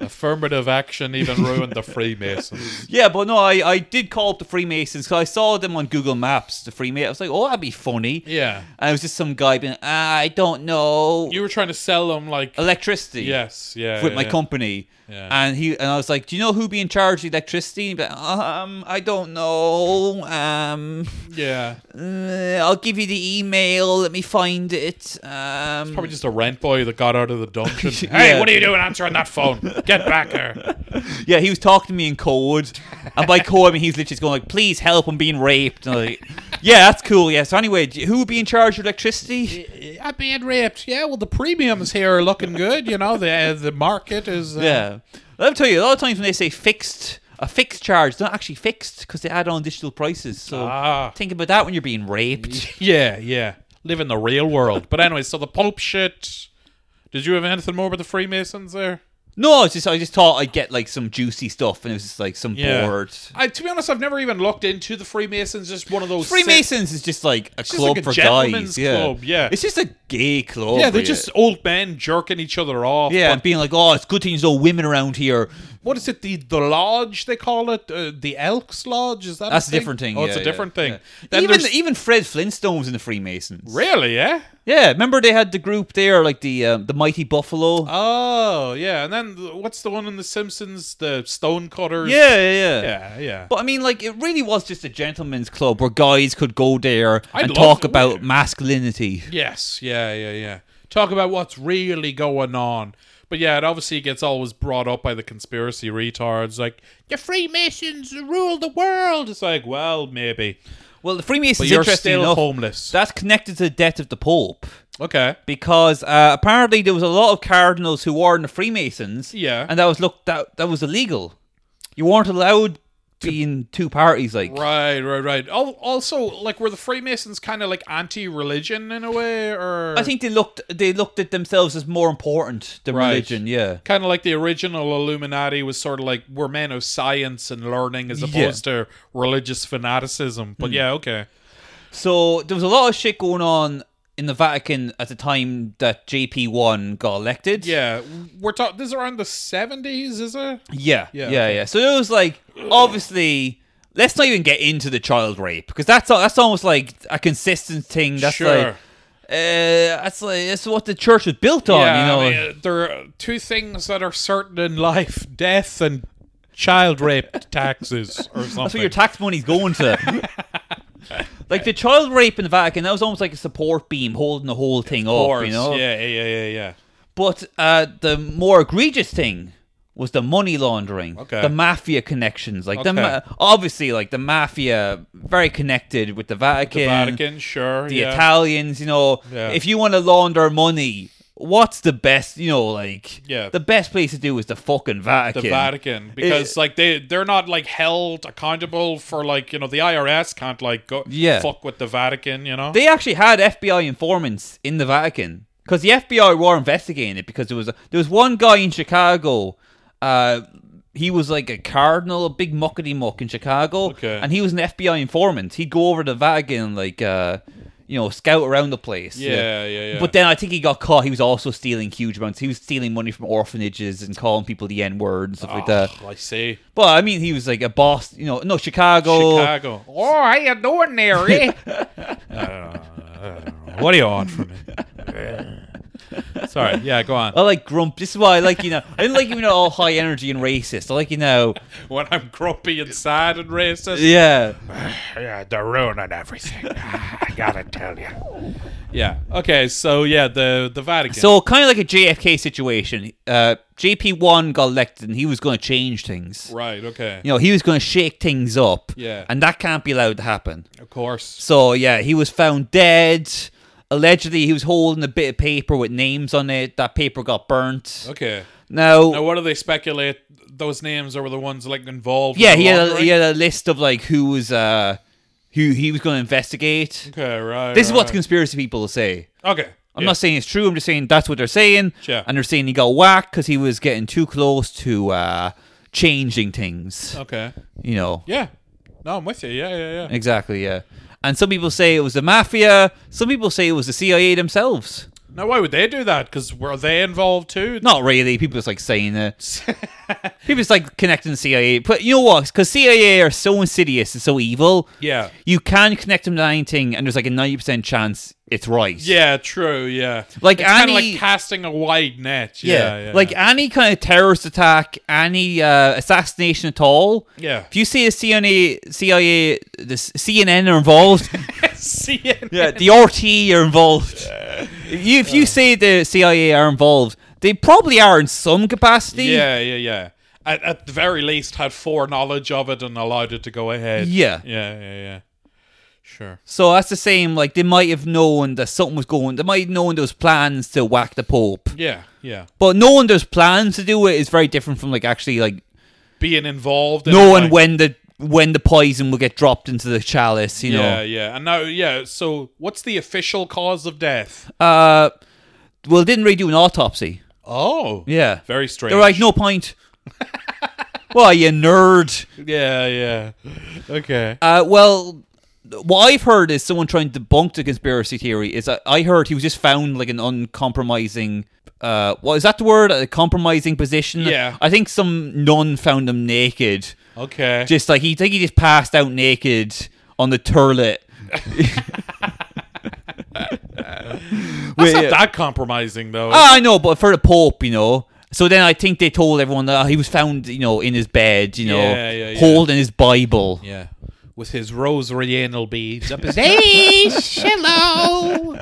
Speaker 2: affirmative action even ruined the freemasons
Speaker 1: Yeah, but no, I, I did call up the Freemasons because I saw them on Google Maps. The Freemasons, I was like, oh, that'd be funny.
Speaker 2: Yeah.
Speaker 1: And it was just some guy being, "Ah, I don't know,
Speaker 2: You were trying to sell them like
Speaker 1: electricity.
Speaker 2: yes, yeah,
Speaker 1: With my
Speaker 2: yeah.
Speaker 1: company,
Speaker 2: Yeah.
Speaker 1: and he and I was like, "Do you know who be in charge of electricity?" But um, I don't know. Um,
Speaker 2: Yeah,
Speaker 1: uh, I'll give you the email. Let me find it. Um,
Speaker 2: probably just a rent boy that got out of the dungeon. hey,
Speaker 1: Yeah.
Speaker 2: what are you doing answering that phone? Get back here!
Speaker 1: yeah, he was talking to me in code, and by code I mean he's literally just going like, "Please help! I'm being raped." And I was like, yeah, that's cool. Yeah. So anyway, do you- who would be in charge of electricity?
Speaker 2: I'm being raped. Yeah, well, the premiums here are looking good. You know, the uh, the market is. Uh,
Speaker 1: Yeah. Let me tell you, a lot of times when they say fixed, a fixed charge, it's not actually fixed because they add on digital prices. So
Speaker 2: Ah.
Speaker 1: think about that when you're being raped.
Speaker 2: yeah, yeah. Live in the real world. But anyway, so the Pope shit. Did you have anything more about the Freemasons there?
Speaker 1: No, it's just I just thought I'd get like some juicy stuff, and it was just like some bored.
Speaker 2: I, to be honest, I've never even looked into the Freemasons. Just one of those sit-
Speaker 1: Freemasons is just like a
Speaker 2: just
Speaker 1: club
Speaker 2: like a
Speaker 1: for
Speaker 2: gentleman's
Speaker 1: guys. Yeah.
Speaker 2: club, yeah.
Speaker 1: It's just a gay club.
Speaker 2: Yeah, they're
Speaker 1: really.
Speaker 2: just old men jerking each other off.
Speaker 1: yeah,
Speaker 2: but
Speaker 1: and being like, oh, it's good thing there's no women around here.
Speaker 2: what is it? The the lodge they call it, uh, the Elks Lodge. Is that
Speaker 1: That's a
Speaker 2: a thing?
Speaker 1: different thing.
Speaker 2: Oh, it's
Speaker 1: yeah,
Speaker 2: a different
Speaker 1: yeah,
Speaker 2: thing.
Speaker 1: yeah.
Speaker 2: Then
Speaker 1: even
Speaker 2: there's-
Speaker 1: even Fred Flintstone's in the Freemasons.
Speaker 2: really, yeah.
Speaker 1: Yeah, remember they had the group there, like the um, the Mighty Buffalo.
Speaker 2: Oh, yeah. And then th- what's the one in The Simpsons? The Stonecutters.
Speaker 1: yeah, yeah, yeah.
Speaker 2: yeah, yeah.
Speaker 1: But I mean, like, it really was just a gentleman's club where guys could go there
Speaker 2: I'd
Speaker 1: and
Speaker 2: love
Speaker 1: talk
Speaker 2: to-
Speaker 1: about masculinity.
Speaker 2: yes, yeah, yeah, yeah. Talk about what's really going on. But yeah, it obviously gets always brought up by the conspiracy retards, like the Freemasons rule the world. It's like, well, maybe,
Speaker 1: Well, the
Speaker 2: but
Speaker 1: Freemasons,
Speaker 2: you're
Speaker 1: interesting
Speaker 2: still
Speaker 1: enough,
Speaker 2: homeless.
Speaker 1: that's connected to the death of the Pope
Speaker 2: okay,
Speaker 1: because uh, apparently there was a lot of cardinals who were in the Freemasons.
Speaker 2: Yeah.
Speaker 1: and that was looked that that was illegal. You weren't allowed being two parties, like
Speaker 2: Right, right, right. Al- Also, like, were the Freemasons kind of like anti-religion in a way, or
Speaker 1: I think they looked they looked at themselves as more important than
Speaker 2: Right.
Speaker 1: religion. Yeah.
Speaker 2: kind of like the original Illuminati was sort of like we're men of science and learning as
Speaker 1: Yeah.
Speaker 2: opposed to religious fanaticism. But yeah, okay,
Speaker 1: So there was a lot of shit going on in the Vatican at the time that JP one got elected.
Speaker 2: yeah, we're talking. This is around the seventies, is it?
Speaker 1: Yeah.
Speaker 2: Yeah,
Speaker 1: Yeah. Yeah.
Speaker 2: okay.
Speaker 1: yeah. So it was like obviously. Let's not even get into the child rape because that's al- that's almost like a consistent thing. That's
Speaker 2: sure.
Speaker 1: like Uh, that's like that's what the church was built on,
Speaker 2: yeah,
Speaker 1: Oh, you know.
Speaker 2: I mean, uh, there are two things that are certain in life: death and child rape taxes, or something.
Speaker 1: that's what your tax money's going to. like the child rape in the Vatican, that was almost like a support beam holding the whole thing
Speaker 2: Of course,
Speaker 1: up, you know.
Speaker 2: yeah, yeah, yeah, yeah.
Speaker 1: But uh, the more egregious thing was the money laundering,
Speaker 2: Okay.
Speaker 1: the mafia connections. Like the ma-
Speaker 2: Okay.
Speaker 1: obviously, like the mafia, very connected with the Vatican,
Speaker 2: The Vatican, sure.
Speaker 1: the
Speaker 2: yeah.
Speaker 1: Italians. You know,
Speaker 2: Yeah.
Speaker 1: if you want to launder money, what's the best? You know, like
Speaker 2: Yeah.
Speaker 1: the best place to do is the fucking Vatican.
Speaker 2: the Vatican because like they they're not like held accountable for like you know the IRS can't like go
Speaker 1: Yeah.
Speaker 2: fuck with the Vatican you know
Speaker 1: They actually had FBI informants in the Vatican because the FBI were investigating it because there was a, there was one guy in Chicago. Uh, he was like a cardinal, a big muckety muck in Chicago,
Speaker 2: Okay.
Speaker 1: and he was an FBI informant. He'd go over to the Vatican and like uh, you know scout around the place.
Speaker 2: yeah, yeah yeah
Speaker 1: But then I think he got caught. He was also stealing huge amounts. He was stealing money from orphanages and calling people the N word and stuff like that.
Speaker 2: Ah, I see
Speaker 1: But I mean, he was like a boss, you know. No, Chicago.
Speaker 2: Chicago oh how you doing there eh? I don't know. what do you want from me sorry yeah go on
Speaker 1: I like grump. This is why I like you know. I didn't like you know all high energy and racist. I like you know.
Speaker 2: when I'm grumpy and sad and racist
Speaker 1: Yeah.
Speaker 2: yeah, they're ruining everything I gotta tell you yeah okay so yeah the the Vatican
Speaker 1: So kind of like a JFK situation. Uh, JP one got elected, and he was going to change things.
Speaker 2: right okay
Speaker 1: You know, he was going to shake things up.
Speaker 2: Yeah.
Speaker 1: And that can't be allowed to happen.
Speaker 2: of course
Speaker 1: So yeah, he was found dead. Allegedly, he was holding a bit of paper with names on it. That paper got burnt.
Speaker 2: okay.
Speaker 1: Now,
Speaker 2: Now, what do they speculate? Those names are the ones like involved.
Speaker 1: yeah,
Speaker 2: in the
Speaker 1: he had, a,
Speaker 2: laundering?
Speaker 1: he uh, had a list of like who was uh, who he was going to investigate.
Speaker 2: Okay, right.
Speaker 1: This is what the
Speaker 2: right.
Speaker 1: conspiracy people say.
Speaker 2: Okay.
Speaker 1: I'm not saying it's true. I'm just saying that's what they're saying.
Speaker 2: Sure.
Speaker 1: And they're saying he got whacked because he was getting too close to uh, changing things.
Speaker 2: Okay.
Speaker 1: You know.
Speaker 2: Yeah. No, I'm with you. Yeah, yeah, yeah.
Speaker 1: Exactly, yeah. And some people say it was the mafia. Some people say it was the CIA themselves.
Speaker 2: Now, why would they do that? Because were they involved too?
Speaker 1: Not really. People just like saying it. people just like connecting the CIA. But you know what? Because CIA are so insidious and so evil.
Speaker 2: Yeah.
Speaker 1: You can connect them to anything, and there's like a 90% chance it's right.
Speaker 2: Yeah, true. Yeah.
Speaker 1: Like
Speaker 2: it's kind of
Speaker 1: Annie-
Speaker 2: like casting a wide net. Yeah,
Speaker 1: Yeah.
Speaker 2: yeah.
Speaker 1: Like any kind of terrorist attack, any uh, assassination at all.
Speaker 2: Yeah.
Speaker 1: If you see a CIA, CIA, the CNN are involved.
Speaker 2: CNN.
Speaker 1: yeah, the RT are involved. You, if you say the CIA are involved, they probably are in some capacity.
Speaker 2: Yeah, yeah, yeah. At, at the very least, had foreknowledge of it and allowed it to go ahead.
Speaker 1: Yeah.
Speaker 2: Yeah, yeah, yeah. Sure.
Speaker 1: So that's the same. Like they might have known that something was going. They might have known there was plans to whack the Pope,
Speaker 2: Yeah, yeah.
Speaker 1: but knowing there's plans to do it is very different from like actually like
Speaker 2: Being involved. in it,
Speaker 1: knowing
Speaker 2: like-
Speaker 1: when the when the poison will get dropped into the chalice. You know.
Speaker 2: Yeah, yeah. And now, yeah, so what's the official cause of death?
Speaker 1: Uh, well, didn't really do an autopsy.
Speaker 2: Oh.
Speaker 1: Yeah.
Speaker 2: Very strange.
Speaker 1: They're like, no point. well, you nerd.
Speaker 2: Yeah, yeah. Okay.
Speaker 1: Uh, well, what I've heard is someone trying to debunk the conspiracy theory is that I heard he was just found like an uncompromising. Uh, what is that the word? A compromising position.
Speaker 2: Yeah.
Speaker 1: I think some nun found him naked.
Speaker 2: Okay.
Speaker 1: Just like he, think he just passed out naked on the toilet.
Speaker 2: That's
Speaker 1: Wait,
Speaker 2: not
Speaker 1: yeah.
Speaker 2: that compromising, though.
Speaker 1: Ah, I know, but for the Pope, you know. So then I think they told everyone that he was found, you know, in his bed, you know,
Speaker 2: Yeah, yeah, yeah.
Speaker 1: holding his Bible.
Speaker 2: yeah. With his rosary anal beads up his
Speaker 3: Hello.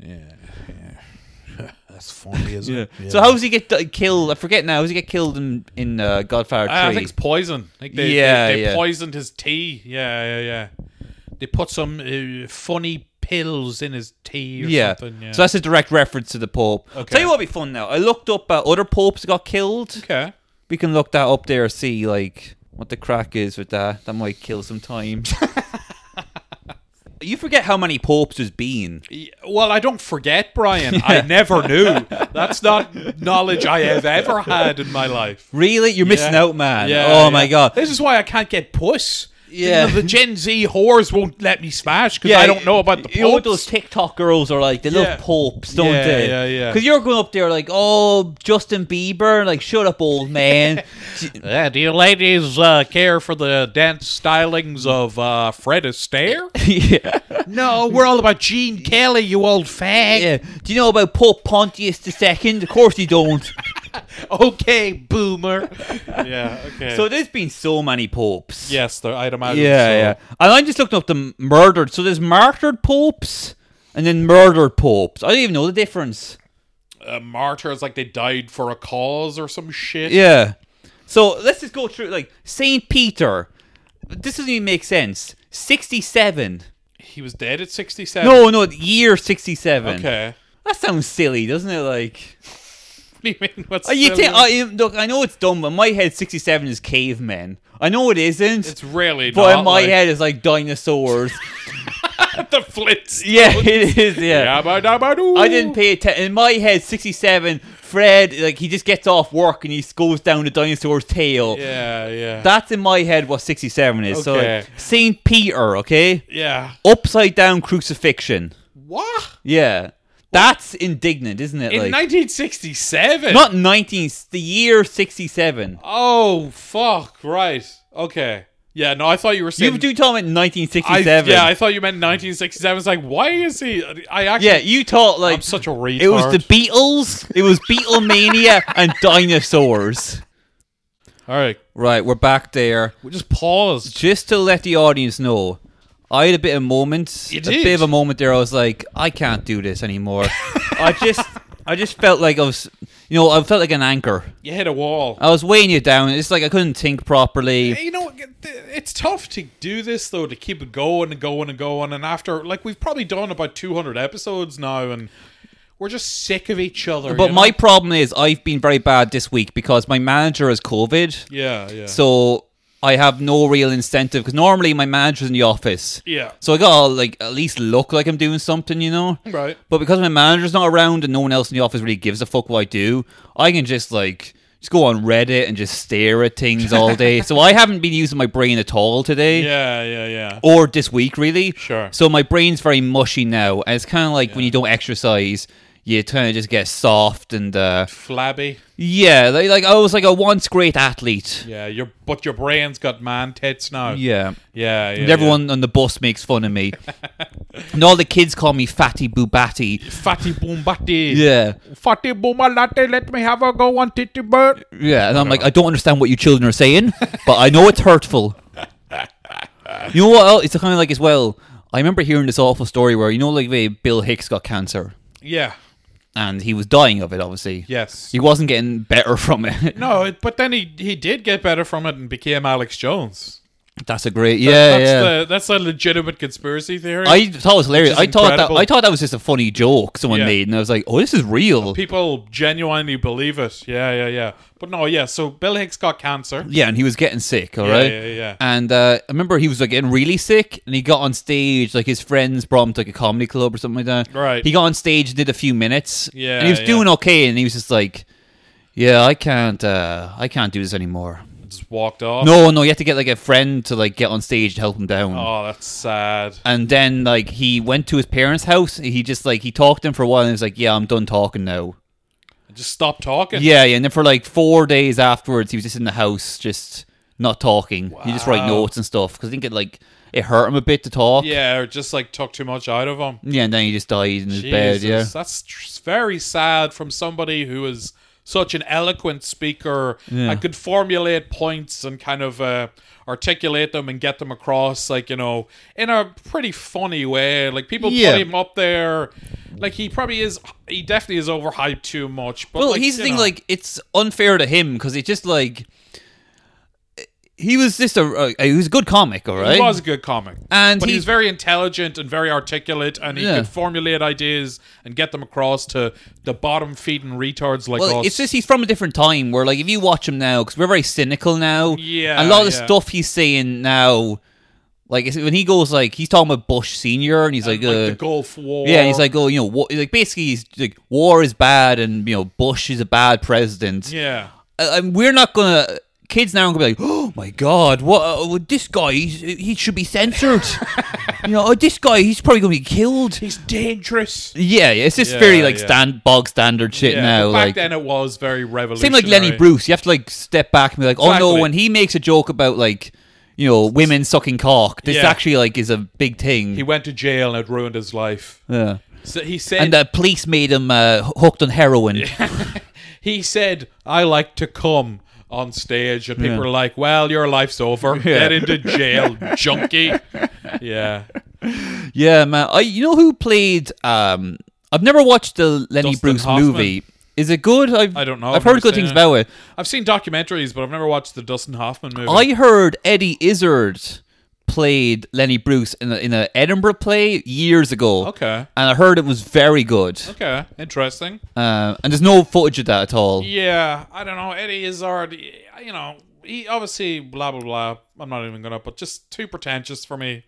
Speaker 2: yeah, yeah. That's funny, isn't it?
Speaker 1: So how does he get uh, killed? I forget now. How does he get killed in in uh, Godfather Three?
Speaker 2: Ah, I, I think it's poison. Like they, they-
Speaker 1: Yeah,
Speaker 2: they,
Speaker 1: yeah.
Speaker 2: poisoned his tea. Yeah, yeah, yeah. They put some uh, funny pills in his tea or
Speaker 1: yeah.
Speaker 2: something. Yeah.
Speaker 1: So that's a direct reference to the Pope.
Speaker 2: Okay.
Speaker 1: Tell you what would be fun now. I looked up uh, other popes that got killed.
Speaker 2: okay.
Speaker 1: We can look that up there, see like what the crack is with that. That might kill some time. you forget how many popes there's been.
Speaker 2: Y- Well, I don't forget, Brian. I never knew. That's not knowledge I have ever had in my life.
Speaker 1: Really, you're missing
Speaker 2: Yeah.
Speaker 1: out, man.
Speaker 2: Yeah,
Speaker 1: oh
Speaker 2: yeah.
Speaker 1: my god.
Speaker 2: This is why I can't get puss.
Speaker 1: Yeah.
Speaker 2: You know, the Gen Z whores won't let me smash because I don't know about the
Speaker 1: You know what those
Speaker 2: popes.
Speaker 1: TikTok girls are like? They
Speaker 2: Yeah.
Speaker 1: love popes, don't
Speaker 2: Yeah,
Speaker 1: they?
Speaker 2: yeah, yeah.
Speaker 1: Because you're going up there like, oh, Justin Bieber, like, shut up, old man.
Speaker 2: Yeah, do you ladies uh, care for the dance stylings of uh, Fred Astaire?
Speaker 1: yeah.
Speaker 2: no, we're all about Gene Kelly, you old fag.
Speaker 1: yeah. Do you know about Pope Pontius II? Of course you don't.
Speaker 2: Okay, boomer. yeah, okay.
Speaker 1: so there's been so many popes.
Speaker 2: yes, there, I'd
Speaker 1: Yeah,
Speaker 2: imagine so.
Speaker 1: yeah. And I'm just looking up the murdered. So there's martyred popes and then murdered popes. I don't even know the difference.
Speaker 2: uh, martyrs, like they died for a cause or some shit.
Speaker 1: Yeah. So let's just go through like Saint Peter. This doesn't even make sense. Sixty-seven.
Speaker 2: He was dead at 67.
Speaker 1: No, no, year sixty-seven.
Speaker 2: Okay.
Speaker 1: That sounds silly, doesn't it? Like,
Speaker 2: What do you mean? What's
Speaker 1: are you
Speaker 2: silly?
Speaker 1: ta- I, look, I know it's dumb, but in my head, sixty-seven is cavemen. I know it isn't,
Speaker 2: It's really
Speaker 1: but
Speaker 2: not.
Speaker 1: in my
Speaker 2: like,
Speaker 1: head, it's like dinosaurs.
Speaker 2: the Flintstones.
Speaker 1: yeah, it is. Yeah.
Speaker 2: Yabba-dabba-doo.
Speaker 1: I didn't pay attention. In my head, 67, Fred, like, he just gets off work and he goes down the dinosaur's tail.
Speaker 2: Yeah, yeah.
Speaker 1: That's in my head what 67 is. So,
Speaker 2: Okay.
Speaker 1: like, St. Peter, okay?
Speaker 2: yeah.
Speaker 1: Upside down crucifixion.
Speaker 2: What?
Speaker 1: Yeah. That's indignant, isn't it?
Speaker 2: In
Speaker 1: like,
Speaker 2: 1967?
Speaker 1: not 19, the year 67.
Speaker 2: Oh, fuck. Right. Okay. Yeah, no, I thought you were saying.
Speaker 1: You do tell me 1967.
Speaker 2: I, yeah, I thought you meant 1967. It's like, why is he? I actually,
Speaker 1: Yeah, you thought, like,
Speaker 2: I'm such a retard.
Speaker 1: It was the Beatles, it was Beatlemania, and dinosaurs.
Speaker 2: All right,
Speaker 1: Right, we're back there.
Speaker 2: we just paused.
Speaker 1: just to let the audience know, I had a bit of moment,
Speaker 2: You
Speaker 1: a
Speaker 2: did.
Speaker 1: bit of a moment there. I was like, I can't do this anymore. I just, I just felt like I was, you know, I felt like an anchor.
Speaker 2: You hit a wall.
Speaker 1: I was weighing you down. It's like I couldn't think properly.
Speaker 2: you know, it's tough to do this though to keep it going and going and going. And after, like, we've probably done about 200 episodes now, and we're just sick of each other.
Speaker 1: But
Speaker 2: you
Speaker 1: my
Speaker 2: know?
Speaker 1: problem is I've been very bad this week because my manager has COVID,
Speaker 2: yeah, yeah,
Speaker 1: so I have no real incentive. Because normally my manager's in the office,
Speaker 2: yeah,
Speaker 1: so I gotta like at least look like I'm doing something, you know.
Speaker 2: right.
Speaker 1: But because my manager's not around and no one else in the office really gives a fuck what I do, I can just like just go on Reddit and just stare at things all day. so I haven't been using my brain at all today.
Speaker 2: Yeah, yeah, yeah.
Speaker 1: Or this week really.
Speaker 2: Sure.
Speaker 1: So my brain's very mushy now. And it's kinda like when you don't exercise, you kinda just get soft and uh
Speaker 2: Flabby.
Speaker 1: Yeah, like, like I was like a once great athlete.
Speaker 2: Yeah, your but your brain's got man tits now.
Speaker 1: Yeah.
Speaker 2: yeah, yeah.
Speaker 1: And everyone on the bus makes fun of me. and all the kids call me Fatty Bubati.
Speaker 2: yeah. fatty boom batty.
Speaker 1: Yeah.
Speaker 2: Fatty boomer latte, let me have a go on titty bird.
Speaker 1: Yeah, and I'm like, I don't understand what you children are saying, but I know it's hurtful. you know what? Else? It's kind of like as well. I remember hearing this awful story where you know, like, they- Bill Hicks got cancer
Speaker 2: Yeah.
Speaker 1: and he was dying of it. Obviously,
Speaker 2: Yes.
Speaker 1: he wasn't getting better from it.
Speaker 2: No, it- but then he he did get better from it and became Alex Jones.
Speaker 1: that's a great, yeah,
Speaker 2: that's
Speaker 1: yeah.
Speaker 2: The, that's a legitimate conspiracy theory.
Speaker 1: I thought it was hilarious.
Speaker 2: is
Speaker 1: I thought
Speaker 2: incredible.
Speaker 1: that I thought that was just a funny joke someone
Speaker 2: Yeah.
Speaker 1: made, and I was like, "Oh, this is real."
Speaker 2: People genuinely believe it. Yeah, yeah, yeah. But no, yeah. So Bill Hicks got cancer.
Speaker 1: Yeah, and he was getting sick, all
Speaker 2: Yeah,
Speaker 1: right.
Speaker 2: yeah, yeah.
Speaker 1: And uh, I remember he was like getting really sick, and he got on stage. Like his friends brought him to like a comedy club or something like that.
Speaker 2: Right.
Speaker 1: He got on stage, did a few minutes.
Speaker 2: Yeah,
Speaker 1: And he was
Speaker 2: yeah.
Speaker 1: doing okay, and he was just like, "Yeah, I can't, uh, I can't do this anymore."
Speaker 2: Just walked off.
Speaker 1: No, no, you had to get like a friend to like get on stage to help him down.
Speaker 2: Oh, that's sad.
Speaker 1: And then like he went to his parents' house. He just like he talked to him for a while, and he was like, "Yeah, I'm done talking now."
Speaker 2: Just stop talking.
Speaker 1: Yeah, yeah. And then for like four days afterwards, he was just in the house, just not talking. He just write
Speaker 2: Wow.
Speaker 1: notes and stuff because I think it like it hurt him a bit to talk.
Speaker 2: Yeah, or just like took too much out of him.
Speaker 1: Yeah, and then he just died in his bed.
Speaker 2: Jesus,
Speaker 1: Yeah,
Speaker 2: that's tr- very sad from somebody who is such an eloquent speaker and could formulate points and kind of uh, articulate them and get them across, like you know, in a pretty funny way. Like people
Speaker 1: Yeah.
Speaker 2: put him up there, like he probably is. He definitely is overhyped too much. But
Speaker 1: Well,
Speaker 2: like,
Speaker 1: he's the
Speaker 2: you
Speaker 1: thing.
Speaker 2: know,
Speaker 1: Like, it's unfair to him because it just like he was just a uh, he was a good comic, all right.
Speaker 2: He was a good comic,
Speaker 1: And
Speaker 2: but
Speaker 1: he-
Speaker 2: he, was very intelligent and very articulate, and he
Speaker 1: Yeah.
Speaker 2: could formulate ideas and get them across to the bottom feeding retards like
Speaker 1: Well,
Speaker 2: us.
Speaker 1: it's just he's from a different time where, like, if you watch him now, because we're very cynical now.
Speaker 2: Yeah,
Speaker 1: a lot of the
Speaker 2: yeah.
Speaker 1: stuff he's saying now, like it's- when he goes, like he's talking about Bush Senior, and he's like,
Speaker 2: like the
Speaker 1: uh,
Speaker 2: Gulf War.
Speaker 1: Yeah, and he's like, oh, you know, war, like basically, he's like, war is bad, and you know, Bush is a bad president.
Speaker 2: yeah.
Speaker 1: Uh, and we're not gonna. Kids now are gonna be like, oh my god, what? Uh, this guy, he's, he should be censored. you know, oh, this guy, he's probably gonna be killed.
Speaker 2: He's dangerous.
Speaker 1: Yeah, yeah it's just
Speaker 2: Yeah,
Speaker 1: very like
Speaker 2: yeah.
Speaker 1: stand bog standard shit
Speaker 2: Yeah,
Speaker 1: now.
Speaker 2: but back
Speaker 1: Like,
Speaker 2: then it was very
Speaker 1: same
Speaker 2: revolutionary.
Speaker 1: like Lenny Bruce, you have to like step back and be like, oh no,
Speaker 2: Exactly.
Speaker 1: when he makes a joke about like, you know, women sucking cock, this
Speaker 2: Yeah.
Speaker 1: actually like is a big thing.
Speaker 2: He went to jail and it ruined his life.
Speaker 1: yeah.
Speaker 2: So he said,
Speaker 1: And the police made him uh, hooked on heroin. uh,
Speaker 2: he said, I like to come on stage, and people were like, "Well, your life's over. Get into jail, junkie." Yeah,
Speaker 1: Yeah, man. I you know who played um I've never watched the Lenny
Speaker 2: Dustin
Speaker 1: Bruce
Speaker 2: Hoffman.
Speaker 1: movie. Is it good? I've,
Speaker 2: I don't know.
Speaker 1: I've
Speaker 2: I've
Speaker 1: heard
Speaker 2: never
Speaker 1: good
Speaker 2: seen
Speaker 1: things
Speaker 2: it.
Speaker 1: about it.
Speaker 2: I've seen documentaries, but I've never watched the Dustin Hoffman movie.
Speaker 1: I heard Eddie Izzard played Lenny Bruce in a, in a Edinburgh play years ago.
Speaker 2: okay.
Speaker 1: And I heard it was very good.
Speaker 2: Okay. Interesting.
Speaker 1: Uh, and there's no footage of that at all.
Speaker 2: Yeah, I don't know. Eddie Izzard, you know, he obviously blah blah blah. I'm not even gonna, but just too pretentious for me.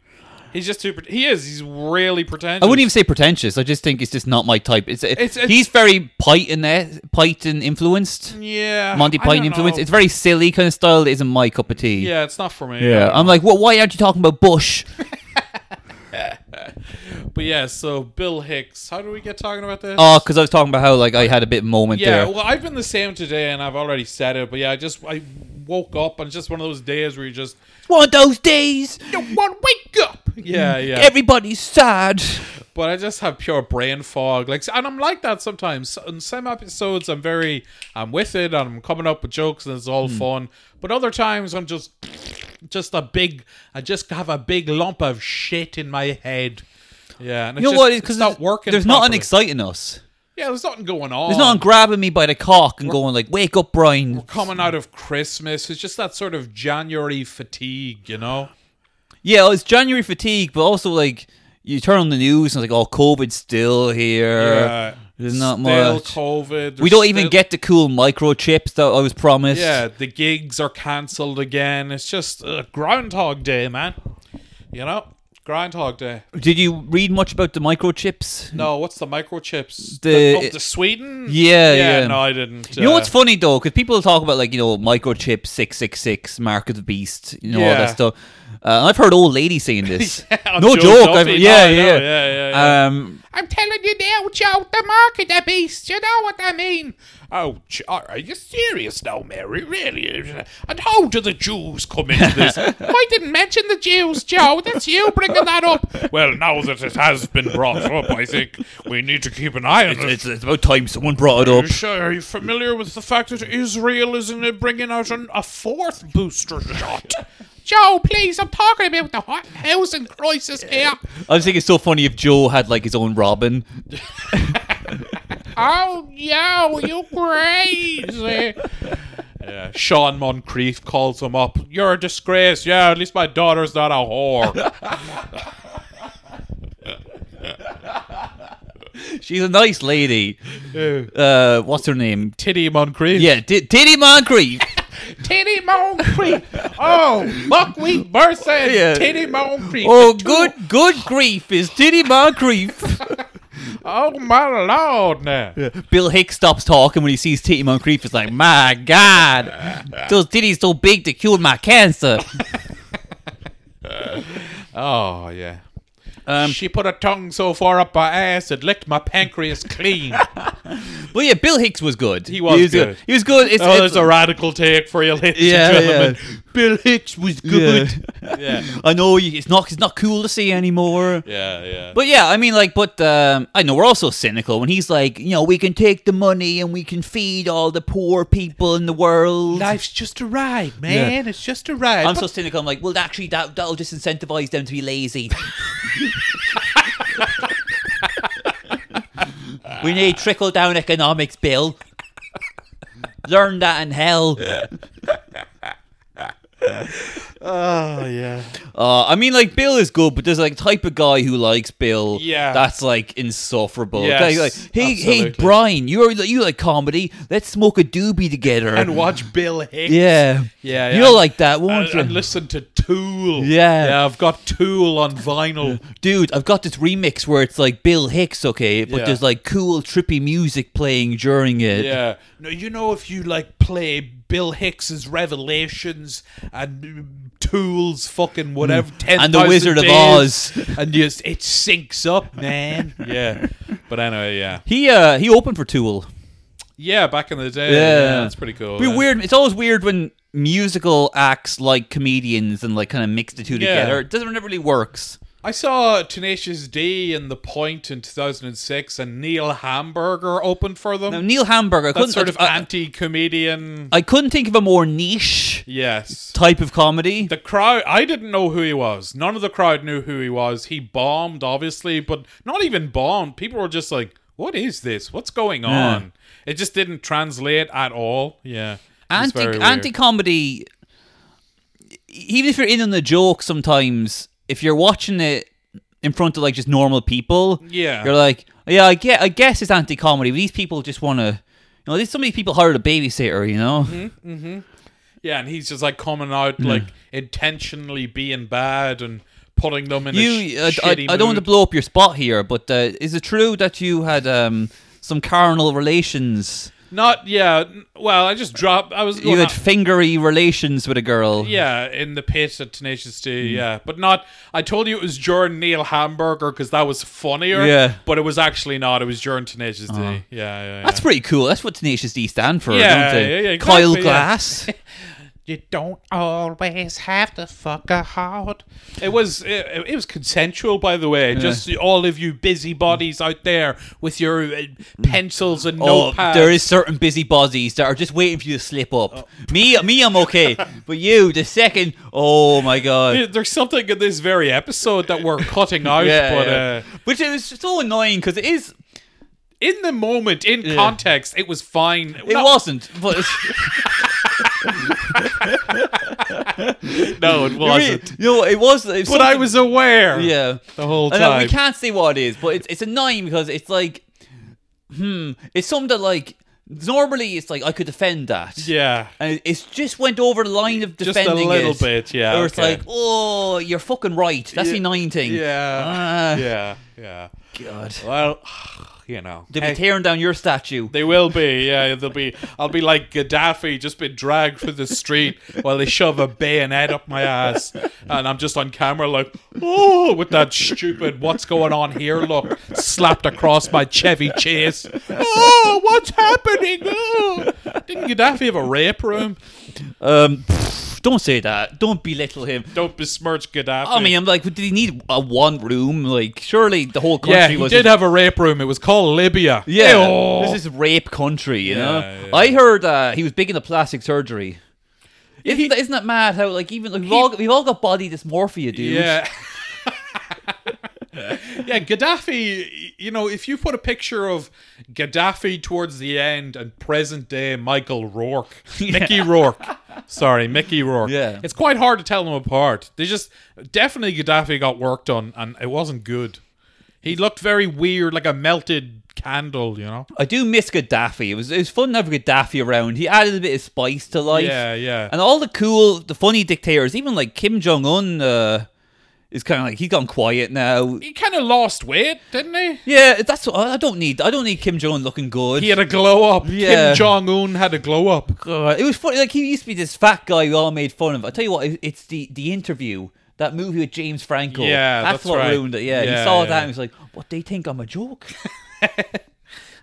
Speaker 2: He's just too. pret- He is. He's really pretentious.
Speaker 1: I wouldn't even say pretentious. I just think it's just not my type. It's, it,
Speaker 2: It's- it's-
Speaker 1: he's very Python eh? Python influenced,
Speaker 2: Yeah.
Speaker 1: Monty
Speaker 2: I don't
Speaker 1: Python influenced.
Speaker 2: know.
Speaker 1: It's very silly kind of style that isn't my cup of tea.
Speaker 2: yeah, it's not for me.
Speaker 1: Yeah, I'm like, well, why aren't you talking about Bush?
Speaker 2: But yeah, so Bill Hicks. How do we get talking about this?
Speaker 1: Oh, because I was talking about how like I had a bit of moment
Speaker 2: yeah.
Speaker 1: there.
Speaker 2: Well, I've been the same today, and I've already said it. But yeah, I just I woke up, and it's just one of those days where you just
Speaker 1: One of those days,
Speaker 2: one wake up. Yeah, yeah.
Speaker 1: everybody's sad.
Speaker 2: but I just have pure brain fog. Like, and I'm like that sometimes. In some episodes, I'm very, I'm with it, and I'm coming up with jokes, and it's all
Speaker 1: Hmm.
Speaker 2: fun. But other times, I'm just, just a big, I just have a big lump of shit in my head. Yeah, and it's
Speaker 1: You know
Speaker 2: just,
Speaker 1: what?
Speaker 2: It's,
Speaker 1: Because
Speaker 2: not working.
Speaker 1: There's
Speaker 2: properly.
Speaker 1: nothing exciting us.
Speaker 2: Yeah, there's nothing going on.
Speaker 1: There's nothing grabbing me by the cock and going like, "Wake up, Brian."
Speaker 2: coming out of Christmas. It's just that sort of January fatigue, you know.
Speaker 1: Yeah, it's January fatigue, but also like you turn on the news and it's like, "Oh, COVID's still here." There's not
Speaker 2: Still
Speaker 1: much.
Speaker 2: COVID.
Speaker 1: we
Speaker 2: there's
Speaker 1: don't even
Speaker 2: still-
Speaker 1: get the cool microchips that I was promised.
Speaker 2: Yeah, the gigs are cancelled again. It's just uh, Groundhog Day, man. You know, Groundhog Day.
Speaker 1: Did you read much about the microchips?
Speaker 2: No, what's the microchips?
Speaker 1: The-
Speaker 2: oh, the Sweden.
Speaker 1: Yeah, yeah.
Speaker 2: No, I didn't.
Speaker 1: You know
Speaker 2: uh,
Speaker 1: what's funny though, because people talk about like you know microchip six six six, mark of the beast, you know all
Speaker 2: Yeah.
Speaker 1: that stuff. Uh, and I've heard old ladies saying this.
Speaker 2: on
Speaker 1: no
Speaker 2: Joe
Speaker 1: joke. I've,
Speaker 2: Duffy. No,
Speaker 1: yeah,
Speaker 2: I
Speaker 1: yeah.
Speaker 2: know. yeah, yeah, yeah.
Speaker 1: Um,
Speaker 2: I'm telling you now, Joe, the mark of the beast. You know what I mean? Oh, J- are you serious now, Mary? Really? And how do the Jews come into this? I didn't mention the Jews, Joe. That's you bringing that up. Well, now that it has been brought up, I think we need to keep an eye on it.
Speaker 1: it's, it's about time someone brought it up.
Speaker 2: Are you sure- Are you familiar with the fact that Israel is in- bringing out an, a fourth booster shot? Joe, please, I'm talking about the hot housing crisis here.
Speaker 1: I just think it's so funny if Joe had like his own Robin.
Speaker 2: Oh, yo, you crazy. Yeah, Uh, Sean Moncrief calls him up. You're a disgrace. Yeah, at least my daughter's not a whore.
Speaker 1: She's a nice lady. Uh, what's her name?
Speaker 2: Titty Moncrief.
Speaker 1: Yeah, T- Titty Moncrief.
Speaker 2: Titty Moncrief. Oh, buckwheat burst and
Speaker 1: Yeah.
Speaker 2: Titty Moncrief.
Speaker 1: Oh,
Speaker 2: The two-
Speaker 1: good, good grief! Is Titty Moncrief?
Speaker 2: Oh, my lord, now.
Speaker 1: Bill Hicks stops talking when he sees Titty Moncrief. It's like, my God, those titties so big they cured my cancer.
Speaker 2: Oh, yeah.
Speaker 1: Um,
Speaker 2: she put her tongue so far up her ass it licked my pancreas clean.
Speaker 1: well, yeah, Bill Hicks was good. He
Speaker 2: was good.
Speaker 1: He was good. It's,
Speaker 2: oh,
Speaker 1: it's,
Speaker 2: there's a radical take for you, ladies
Speaker 1: Yeah,
Speaker 2: and gentlemen.
Speaker 1: yeah.
Speaker 2: Bill Hicks was
Speaker 1: yeah.
Speaker 2: Yeah.
Speaker 1: I know you, it's not it's not cool to see anymore.
Speaker 2: Yeah, yeah.
Speaker 1: But yeah, I mean, like, but um, I know we're also cynical when he's like, you know, we can take the money and we can feed all the poor people in the world.
Speaker 2: Life's just a ride, man. It's just a ride.
Speaker 1: I'm
Speaker 2: But-
Speaker 1: so cynical. I'm like, well, actually, that that'll just incentivize them to be lazy. we need trickle down economics, Bill. Learn that in hell.
Speaker 2: oh, yeah.
Speaker 1: Uh, I mean, like Bill is good, but there's like type of guy who likes Bill.
Speaker 2: Yeah.
Speaker 1: that's like insufferable.
Speaker 2: Yes,
Speaker 1: Like- like, hey, hey,
Speaker 2: absolutely.
Speaker 1: Brian, you are you like comedy? Let's smoke a doobie together.
Speaker 2: And watch Bill Hicks.
Speaker 1: yeah,
Speaker 2: Yeah, yeah.
Speaker 1: you're like that,
Speaker 2: And,
Speaker 1: won't you?
Speaker 2: and listen to Tool.
Speaker 1: Yeah.
Speaker 2: Yeah, I've got Tool on vinyl.
Speaker 1: dude, I've got this remix where it's like Bill Hicks, okay, but
Speaker 2: Yeah.
Speaker 1: there's like cool trippy music playing during it.
Speaker 2: Yeah. No, you know if you like play Bill Hicks's Revelations and um, Tools, fucking whatever, ten
Speaker 1: Mm. And The Wizard of Oz.
Speaker 2: and just it syncs up, man. yeah. But anyway, yeah,
Speaker 1: He uh he opened for Tool.
Speaker 2: yeah. Back in the day, yeah,
Speaker 1: Yeah.
Speaker 2: that's pretty cool.
Speaker 1: Be
Speaker 2: yeah.
Speaker 1: weird. It's always weird when musical acts like comedians and like kind of mix the two
Speaker 2: Yeah.
Speaker 1: together. It doesn't never really works.
Speaker 2: I saw Tenacious D in The Point in 2006, and Neil Hamburger opened for them.
Speaker 1: Now, Neil Hamburger, I
Speaker 2: that
Speaker 1: couldn't uh,
Speaker 2: sort of
Speaker 1: I, I-
Speaker 2: anti-comedian.
Speaker 1: I couldn't think of a more niche
Speaker 2: yes.
Speaker 1: type of comedy.
Speaker 2: The crowd, I didn't know who he was. None of the crowd knew who he was. He bombed, obviously, but not even bombed. People were just like, what is this? What's going on? It just didn't translate at all. Yeah. It's
Speaker 1: anti
Speaker 2: very weird.
Speaker 1: anti comedy. Even if you're in on the joke, sometimes if you're watching it in front of like just normal people,
Speaker 2: Yeah.
Speaker 1: you're like, yeah, I get, I guess it's anti comedy. But these people just want to, you know, there's so many people hired a babysitter, you know.
Speaker 2: Mm-hmm. Yeah, and he's just like coming out like intentionally being bad and putting them in
Speaker 1: You,
Speaker 2: a
Speaker 1: I,
Speaker 2: sh-
Speaker 1: I, I
Speaker 2: shitty
Speaker 1: don't want to
Speaker 2: mood.
Speaker 1: blow up your spot here, but uh, is it true that you had um, some carnal relations?
Speaker 2: Not yeah. n- Well, I just dropped. I was
Speaker 1: you
Speaker 2: going
Speaker 1: had
Speaker 2: out-
Speaker 1: fingery relations with a girl.
Speaker 2: yeah in the pit at Tenacious D.
Speaker 1: Mm.
Speaker 2: Yeah, but not. I told you it was during Neil Hamburger because that was funnier.
Speaker 1: Yeah. Uh-huh.
Speaker 2: but it was actually not. It was during Tenacious D. Yeah, yeah, yeah.
Speaker 1: That's pretty cool. That's what Tenacious D stand for,
Speaker 2: Yeah,
Speaker 1: don't they?
Speaker 2: yeah, yeah,
Speaker 1: Kyle
Speaker 2: exactly, yeah.
Speaker 1: Glass.
Speaker 2: You don't always have to fuck a hard. It was it, it was consensual, by the way. Just all of you busybodies out there with your uh, pencils and
Speaker 1: Oh,
Speaker 2: notepads.
Speaker 1: there is certain busybodies that are just waiting for you to slip up.
Speaker 2: Oh.
Speaker 1: Me, me, I'm okay, but you, the second, oh my god,
Speaker 2: There- There's something in this very episode that we're cutting out,
Speaker 1: yeah,
Speaker 2: but
Speaker 1: yeah.
Speaker 2: Uh,
Speaker 1: which is so annoying because it is,
Speaker 2: in the moment, in context, it was fine.
Speaker 1: it
Speaker 2: no,
Speaker 1: wasn't, but it's,
Speaker 2: No, it wasn't.
Speaker 1: you know, it was. It
Speaker 2: but I was aware.
Speaker 1: yeah,
Speaker 2: The whole
Speaker 1: I know, we
Speaker 2: time.
Speaker 1: can't say what it is, but it's it's annoying because it's like, hmm, it's something that like normally it's like I could defend that,
Speaker 2: Yeah.
Speaker 1: and it- it's just went over the line of
Speaker 2: Just a
Speaker 1: defending
Speaker 2: little
Speaker 1: it.
Speaker 2: bit. Yeah.
Speaker 1: Where it's
Speaker 2: okay.
Speaker 1: like, oh, you're fucking right. That's the
Speaker 2: Yeah,
Speaker 1: annoying thing.
Speaker 2: Yeah.
Speaker 1: Ah.
Speaker 2: yeah. Yeah.
Speaker 1: God.
Speaker 2: Well, you know.
Speaker 1: They'll
Speaker 2: Hey.
Speaker 1: be tearing down your statue.
Speaker 2: They will be, yeah. They'll be. I'll be like Gaddafi, just been dragged through the street while they shove a bayonet up my ass, and I'm just on camera like, oh, with that stupid "What's going on here?" look slapped across my Chevy Chase. Oh, what's happening? Oh. Didn't Gaddafi have a rape room?
Speaker 1: Um, pff, don't say that. Don't belittle him.
Speaker 2: Don't besmirch Gaddafi.
Speaker 1: I mean, I'm like, did he need a one room? Like, surely the whole country
Speaker 2: yeah, he
Speaker 1: was.
Speaker 2: did have a rape room. It was called Libya.
Speaker 1: yeah,
Speaker 2: Ew.
Speaker 1: this is rape country. You know,
Speaker 2: Yeah, yeah.
Speaker 1: I heard uh, he was big into plastic surgery. Isn't, that, isn't that mad? How like even like, we've all we've all got body dysmorphia, dude.
Speaker 2: Yeah. yeah, Gaddafi, you know, if you put a picture of Gaddafi towards the end and present day Michael Rourke, Mickey Rourke, sorry, Mickey Rourke,
Speaker 1: Yeah.
Speaker 2: it's quite hard to tell them apart. They just, definitely Gaddafi got worked on and it wasn't good. He looked very weird, like a melted candle, you know?
Speaker 1: I do miss Gaddafi. It was it was fun to have Gaddafi around. He added a bit of spice to life.
Speaker 2: Yeah, yeah.
Speaker 1: And all the cool, the funny dictators, even like Kim Jong Un, uh, is kind of like he's gone quiet now.
Speaker 2: he kind of lost weight, didn't he?
Speaker 1: Yeah, that's what I I don't need. I don't need Kim Jong Un looking good.
Speaker 2: He had a glow up.
Speaker 1: Yeah.
Speaker 2: Kim Jong Un had a glow up.
Speaker 1: God, it was funny. Like he used to be this fat guy we all made fun of. I tell you what, it- it's the the interview. That movie with James Franco.
Speaker 2: Yeah,
Speaker 1: that's,
Speaker 2: that's
Speaker 1: what
Speaker 2: right.
Speaker 1: ruined it. Yeah,
Speaker 2: Yeah,
Speaker 1: he saw
Speaker 2: yeah.
Speaker 1: that and he was like, "What they think I'm a joke?"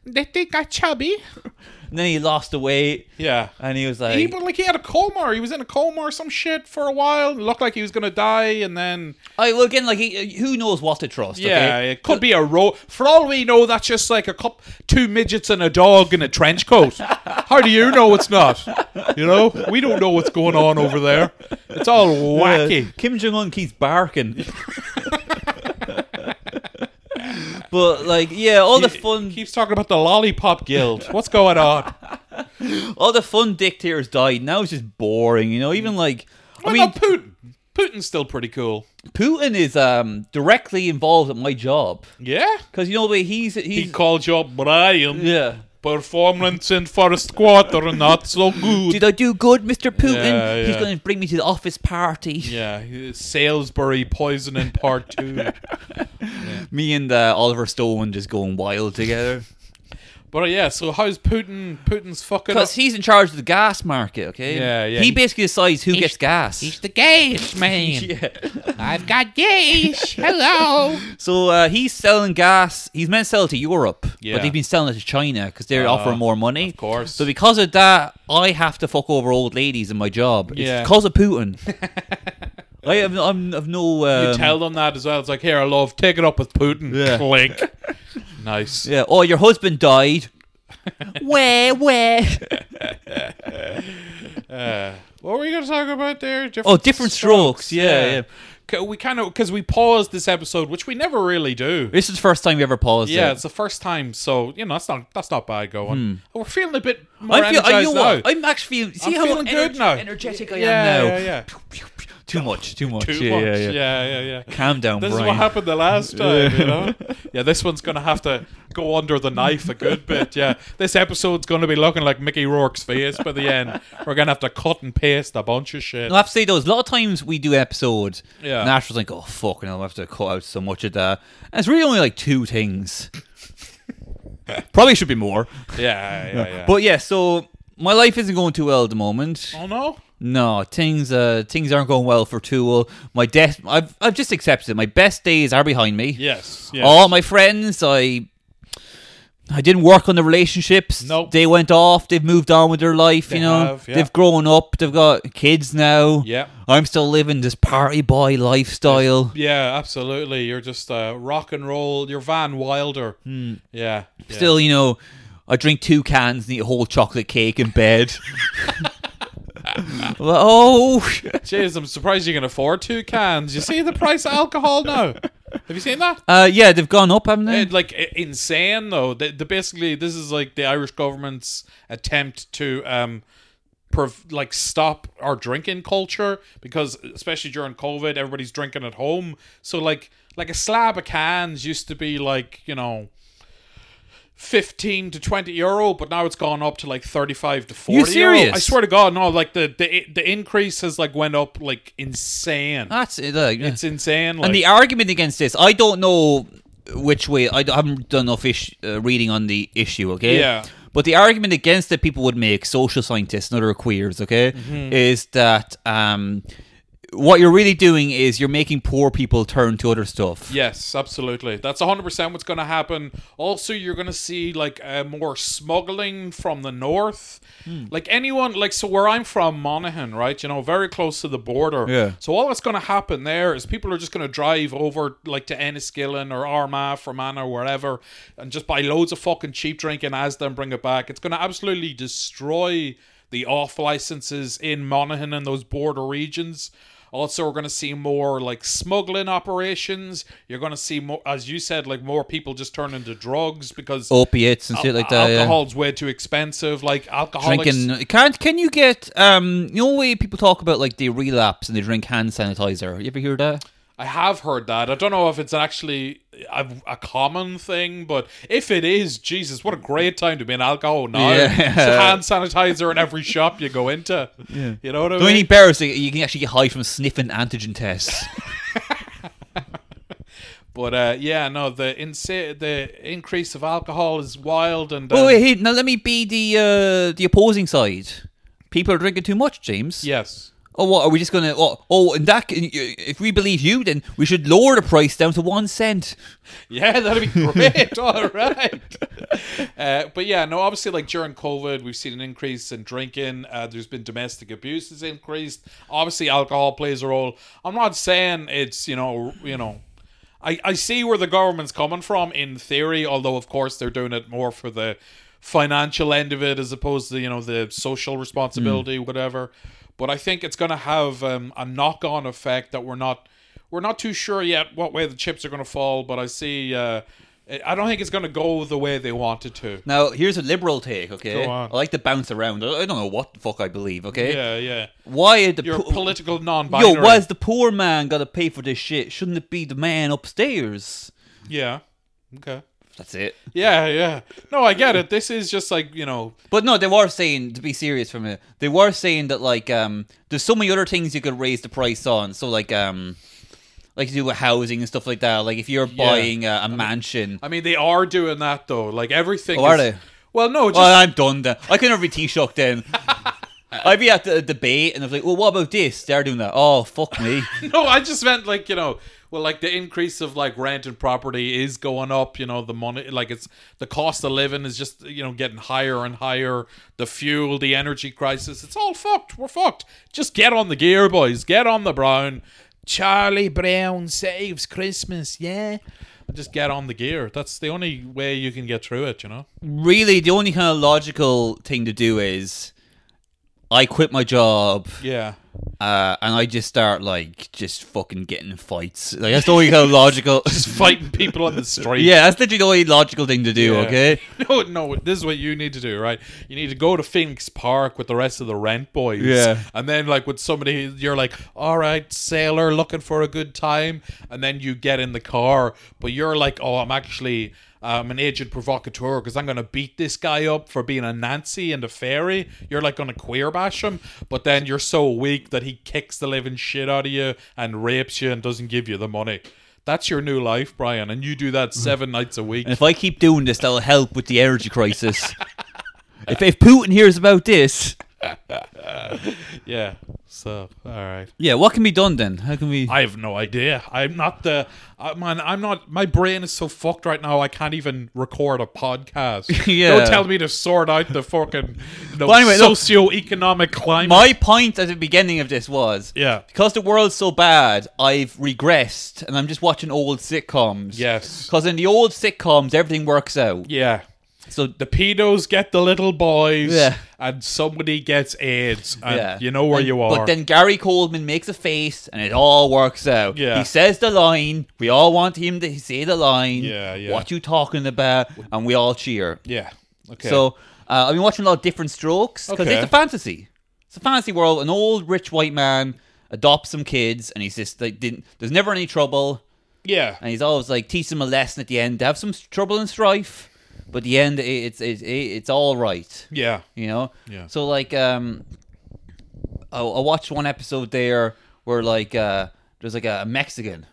Speaker 2: They think I chubby.
Speaker 1: and then he lost the weight,
Speaker 2: Yeah.
Speaker 1: and he was like,
Speaker 2: He but like he had a coma. He was in a coma or some shit for a while. Looked like he was gonna die, and then
Speaker 1: "I well, again, like, he, who knows what to trust?"
Speaker 2: yeah,
Speaker 1: okay?
Speaker 2: it could be a row. For all we know, that's just like a cup, two midgets and a dog in a trench coat. How do you know it's not? You know, we don't know what's going on over there. It's all wacky.
Speaker 1: Uh, Kim Jong Un keeps barking. but like, yeah, all the fun,
Speaker 2: Keeps talking about the lollipop guild. What's going on?
Speaker 1: all the fun dictators died. Now it's just boring, you know. Even like, I
Speaker 2: Well,
Speaker 1: mean,
Speaker 2: no, Putin. Putin's still pretty cool.
Speaker 1: Putin is um directly involved at my job
Speaker 2: Yeah.
Speaker 1: because you know the way he's he's
Speaker 2: He called you up, Brian.
Speaker 1: yeah.
Speaker 2: Performance in first quarter not so good.
Speaker 1: Did I do good, Mister Putin?
Speaker 2: Yeah,
Speaker 1: He's
Speaker 2: yeah.
Speaker 1: going to bring me to the office party.
Speaker 2: Yeah, Salisbury poisoning part two.
Speaker 1: Me and uh, Oliver Stone just going wild together
Speaker 2: but uh, yeah, so how's Putin? Putin's fucking. Up?
Speaker 1: because he's in charge of the gas market. Okay,
Speaker 2: Yeah, yeah.
Speaker 1: He basically decides who gets gas.
Speaker 3: He's the gauge man.
Speaker 1: yeah.
Speaker 3: I've got gauge. Hello.
Speaker 1: So uh, he's selling gas. He's meant to sell it to Europe,
Speaker 2: Yeah. Oh,
Speaker 1: but they've been selling it to China because they're offering more money. Of
Speaker 2: course.
Speaker 1: So because of that, I have to fuck over old ladies in my job.
Speaker 2: Yeah.
Speaker 1: It's because of Putin. I have I'm, I've no. Um,
Speaker 2: You tell them that as well. It's like, here, love, take it up with Putin.
Speaker 1: Yeah.
Speaker 2: Click. nice.
Speaker 1: Yeah. Oh, your husband died. where, where?
Speaker 2: Uh, what were we going to talk about there?
Speaker 1: Oh, different strokes. Yeah, yeah.
Speaker 2: C- We kind of because we paused this episode, which we never really do.
Speaker 1: This is the first time you ever paused.
Speaker 2: Yeah,
Speaker 1: it.
Speaker 2: it's the first time, so you know that's not that's not bad going. We're feeling a bit more
Speaker 1: Hmm. I feel. I know
Speaker 2: energized now.
Speaker 1: what? I'm actually feeling. See
Speaker 2: I'm
Speaker 1: how
Speaker 2: feeling good
Speaker 1: ener-
Speaker 2: now.
Speaker 1: energetic I
Speaker 2: yeah,
Speaker 1: am now.
Speaker 2: yeah, yeah.
Speaker 1: Too much. Too much.
Speaker 2: Too
Speaker 1: yeah,
Speaker 2: much.
Speaker 1: yeah, yeah.
Speaker 2: yeah, yeah.
Speaker 1: Calm down,
Speaker 2: This
Speaker 1: Brian.
Speaker 2: is what happened the last time, you know. Yeah, this one's gonna have to go under the knife a good bit. Yeah, this episode's gonna be looking like Mickey Rourke's face by the end. We're gonna have to cut and paste a bunch of shit.
Speaker 1: I have to say those. A lot of times we do episodes.
Speaker 2: Yeah.
Speaker 1: And Ash was like, "Oh fucking, hell, I'll have to cut out so much of that." And it's really only like two things. Probably should be more.
Speaker 2: Yeah, yeah, yeah.
Speaker 1: But yeah, so my life isn't going too well at the moment.
Speaker 2: oh no,
Speaker 1: No, things uh things aren't going well for Tool. My death, I've I've just accepted it. My best days are behind me.
Speaker 2: yes, yes.
Speaker 1: All my friends, I I didn't work on the relationships.
Speaker 2: Nope.
Speaker 1: They went off, they've moved on with their life,
Speaker 2: They
Speaker 1: you know.
Speaker 2: have, yeah.
Speaker 1: They've grown up, they've got kids now.
Speaker 2: Yeah.
Speaker 1: I'm still living this party boy lifestyle.
Speaker 2: yeah, absolutely. You're just uh, rock and roll. You're Van Wilder. Yeah, yeah.
Speaker 1: Hmm. Still, you know, I drink two cans and eat a whole chocolate cake in bed. Well, oh,
Speaker 2: Jeez, I'm surprised you can afford two cans. You see the price of alcohol now. Have you seen that?
Speaker 1: uh, yeah, they've gone up, haven't they?
Speaker 2: And like i- insane though. The, the basically this is like the Irish government's attempt to um prov- like stop our drinking culture because especially during COVID everybody's drinking at home. So like like a slab of cans used to be like, you know, 15 to 20 euro but now it's gone up to like 35 to 40
Speaker 1: You serious?
Speaker 2: euro i swear to god no like the the, the increase has like went up like insane
Speaker 1: That's it. Like, Ah, yeah.
Speaker 2: it's insane like
Speaker 1: And the argument against this, I don't know which way. I d- haven't done enough ish, uh, reading on the issue. Okay.
Speaker 2: Yeah.
Speaker 1: But the argument against that people would make, social scientists and other queers, okay, is that um, what you're really doing is you're making poor people turn to other stuff.
Speaker 2: Yes, absolutely. That's 100% what's going to happen. Also, you're going to see like uh, more smuggling from the north. Like anyone, like, so where I'm from, Monaghan, right? You know, very close to the border.
Speaker 1: Yeah.
Speaker 2: So all that's going to happen there is people are just going to drive over like to Enniskillen or Armagh, Fermanagh, wherever, and just buy loads of fucking cheap drink in Asda and bring it back. It's going to absolutely destroy the off licenses in Monaghan and those border regions. Also, we're going to see more like smuggling operations. You're going to see more, as you said, like more people just turn into drugs because
Speaker 1: Opiates and Oh, shit like that. yeah.
Speaker 2: alcohol's way too expensive. Like alcoholics,
Speaker 1: Drinking can can you get um you know the way people talk about like they relapse and they drink hand sanitizer. You ever hear that?
Speaker 2: I have heard that. I don't know if it's actually a, a common thing, but if it is, Jesus, what a great time to be an alcohol now.
Speaker 1: Yeah.
Speaker 2: So hand sanitizer in every shop you go into. You know what I
Speaker 1: The
Speaker 2: mean?
Speaker 1: only bear is that you can actually get high from sniffing antigen tests.
Speaker 2: but uh, yeah, no, the insa- the increase of alcohol is wild and.
Speaker 1: Wait,
Speaker 2: um,
Speaker 1: wait, hey, now let me be the uh, the opposing side. People are drinking too much, James.
Speaker 2: Yes.
Speaker 1: Oh, what are we just gonna? Oh, oh, and that if we believe you, then we should lower the price down to one cent.
Speaker 2: Yeah, that'd be great. All right. Uh, but yeah, no, obviously, like during COVID, we've seen an increase in drinking. Uh, there's been domestic abuse has increased. Obviously, alcohol plays a role. I'm not saying it's you know you know. I, I see where the government's coming from in theory, although of course they're doing it more for the financial end of it as opposed to you know the social responsibility, whatever. But I think it's going to have um, a knock-on effect that we're not we're not too sure yet what way the chips are going to fall. But I see. Uh, I- I don't think it's going to go the way they want it to.
Speaker 1: Now, here's a liberal take. Okay,
Speaker 2: Go on.
Speaker 1: I like to bounce around. I I don't know what the fuck I believe. Okay,
Speaker 2: Yeah, yeah.
Speaker 1: why are the
Speaker 2: You're a
Speaker 1: po-
Speaker 2: political non-binary.
Speaker 1: yo? Why is the poor man got to pay for this shit? Shouldn't it be the man upstairs?
Speaker 2: Yeah. Okay.
Speaker 1: That's it.
Speaker 2: Yeah, yeah. No, I get it. This is just like you know.
Speaker 1: But no, they were saying to be serious for a minute. They were saying that like um, there's so many other things you could raise the price on. So like um, like you do with housing and stuff like that. Like if you're buying a, a mansion.
Speaker 2: I mean, they are doing that though. Like everything.
Speaker 1: Oh, are
Speaker 2: is-
Speaker 1: they?
Speaker 2: Well, no. Just,
Speaker 1: well, I'm done. Then I can never be T-shocked. Then I'd be at the debate and I'm like, well, what about this? They're doing that. Oh fuck me.
Speaker 2: no, I just meant like you know, well, like the increase of like rent and property is going up. You know, the money, like it's the cost of living is just you know getting higher and higher. The fuel, the energy crisis, it's all fucked. We're fucked. Just get on the gear, boys. Get on the brown. Charlie Brown saves Christmas. Yeah, just get on the gear. That's the only way you can get through it. You know.
Speaker 1: really, the only kind of logical thing to do is I quit my job
Speaker 2: Yeah.
Speaker 1: uh, and I just start like just fucking getting in fights. Like that's the only kind of logical.
Speaker 2: Just fighting people on the street.
Speaker 1: yeah, that's literally the only logical thing to do.
Speaker 2: Yeah.
Speaker 1: Okay.
Speaker 2: No, no, this is what you need to do, right? You need to go to Phoenix Park with the rest of the rent boys.
Speaker 1: Yeah.
Speaker 2: And then, like, with somebody, you're like, all right, sailor, looking for a good time. And then you get in the car, but you're like, oh, I'm actually. I'm an agent provocateur because I'm going to beat this guy up for being a Nancy and a fairy. You're like going to queer bash him, but then you're so weak that he kicks the living shit out of you and rapes you and doesn't give you the money. That's your new life, Brian, and you do that seven nights a week.
Speaker 1: And if I keep doing this, that'll help with the energy crisis. if, if Putin hears about this,
Speaker 2: Yeah. So, all right.
Speaker 1: yeah, what can be done then? How can we?
Speaker 2: I have no idea. I'm not the uh, man. I'm not. My brain is so fucked right now. I can't even record a podcast.
Speaker 1: Yeah.
Speaker 2: Don't tell me to sort out the fucking you know,
Speaker 1: Well, anyway, look-
Speaker 2: socio-economic climate.
Speaker 1: My point at the beginning of this was
Speaker 2: yeah.
Speaker 1: because the world's so bad, I've regressed and I'm just watching old sitcoms.
Speaker 2: Yes.
Speaker 1: Because in the old sitcoms, everything works out.
Speaker 2: Yeah.
Speaker 1: So the
Speaker 2: The pedos get the little boys,
Speaker 1: Yeah.
Speaker 2: and somebody gets AIDS, and
Speaker 1: yeah.
Speaker 2: you know where
Speaker 1: And-
Speaker 2: you are.
Speaker 1: But then Gary Coleman makes a face and it all works out.
Speaker 2: Yeah.
Speaker 1: He says the line. We all want him to say the line.
Speaker 2: Yeah, yeah.
Speaker 1: What you talking about? And we all cheer.
Speaker 2: yeah. Okay.
Speaker 1: So uh, I've been watching a lot of different strokes because
Speaker 2: Okay.
Speaker 1: it's a fantasy. It's a fantasy world. An old rich white man adopts some kids, and he's just like didn't. There's never any trouble,
Speaker 2: yeah.
Speaker 1: and he's always like teach them a lesson at the end. They have some s- trouble and strife, but at the end it, it's it's it's all right.
Speaker 2: Yeah.
Speaker 1: You know.
Speaker 2: Yeah.
Speaker 1: So like um, I, I watched one episode there where like uh there's like a Mexican.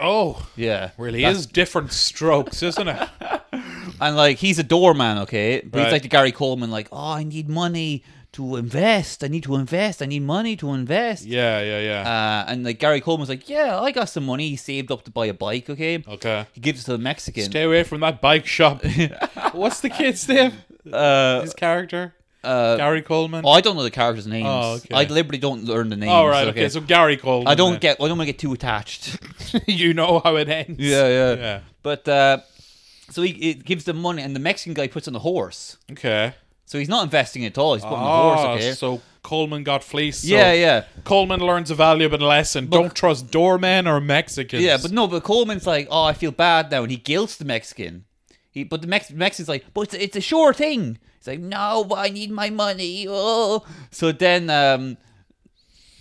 Speaker 2: Oh,
Speaker 1: Yeah,
Speaker 2: really?
Speaker 1: That's-
Speaker 2: Is different strokes, isn't it?
Speaker 1: And like he's a doorman, okay, but
Speaker 2: Right.
Speaker 1: he's like the Gary Coleman, like, oh, I need money to invest. I need to invest. I need money to invest.
Speaker 2: Yeah. Yeah. Yeah.
Speaker 1: Uh, and like Gary Coleman's like, yeah, I got some money. He saved up to buy a bike, okay.
Speaker 2: okay.
Speaker 1: He gives it to the Mexican.
Speaker 2: Stay away from that bike shop. What's the kid's name?
Speaker 1: uh,
Speaker 2: His character?
Speaker 1: uh,
Speaker 2: Gary Coleman?
Speaker 1: oh, I don't know the characters' names.
Speaker 2: Oh, okay.
Speaker 1: I deliberately don't learn the names.
Speaker 2: All right, okay. So Gary Coleman.
Speaker 1: I don't
Speaker 2: then.
Speaker 1: get. I don't want to get too attached.
Speaker 2: you know how it ends.
Speaker 1: Yeah, yeah.
Speaker 2: Yeah.
Speaker 1: But uh, so he it gives them money, and the Mexican guy puts on the horse.
Speaker 2: Okay.
Speaker 1: So he's not investing at all. He's putting on the
Speaker 2: Ah,
Speaker 1: horse. Okay.
Speaker 2: so Coleman got fleeced. so
Speaker 1: yeah, yeah.
Speaker 2: Coleman learns a valuable lesson.
Speaker 1: But-
Speaker 2: don't trust doormen or Mexicans.
Speaker 1: Yeah, but no, but Coleman's like, oh, I feel bad now, and he guilts the Mexican. He, but the Mex- Mexican's like, but it's, it's a sure thing. He's like, no, but I need my money. Oh, so then um,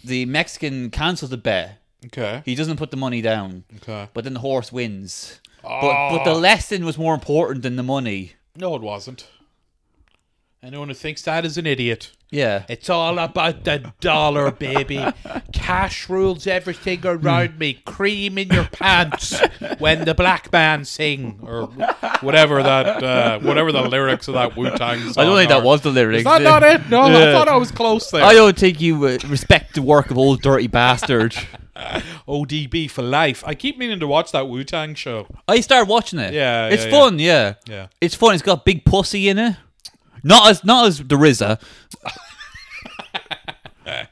Speaker 1: the Mexican cancels the bet.
Speaker 2: Okay.
Speaker 1: He doesn't put the money down,
Speaker 2: Okay.
Speaker 1: but then the horse wins. But but
Speaker 2: Ah.
Speaker 1: the lesson was more important than the money.
Speaker 2: No, it wasn't. Anyone who thinks that is an idiot.
Speaker 1: Yeah,
Speaker 2: It's all about the dollar, baby. Cash rules everything around me. Cream in your pants when the black man sing, or whatever that, uh, whatever the lyrics of that Wu Tang song.
Speaker 1: I don't think that
Speaker 2: are.
Speaker 1: was the lyrics.
Speaker 2: Is that not it? No, I
Speaker 1: Yeah.
Speaker 2: thought I was close there.
Speaker 1: I don't think you uh, respect the work of old dirty bastard.
Speaker 2: ODB for life. I keep meaning to watch that Wu Tang show.
Speaker 1: I started watching it.
Speaker 2: Yeah,
Speaker 1: it's
Speaker 2: yeah, yeah.
Speaker 1: fun. Yeah,
Speaker 2: Yeah.
Speaker 1: It's fun. It's got big pussy in it. Not as not as the RZA.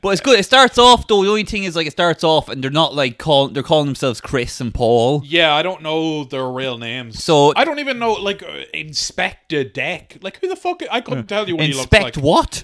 Speaker 1: but it's good. It starts off though. The only thing is like it starts off and they're not like call they're calling themselves Chris and Paul.
Speaker 2: Yeah, I don't know their real names.
Speaker 1: So-
Speaker 2: I don't even know, like, uh, Inspector Deck. Like, who the fuck? I couldn't tell you what he looks
Speaker 1: Inspect
Speaker 2: like.
Speaker 1: what?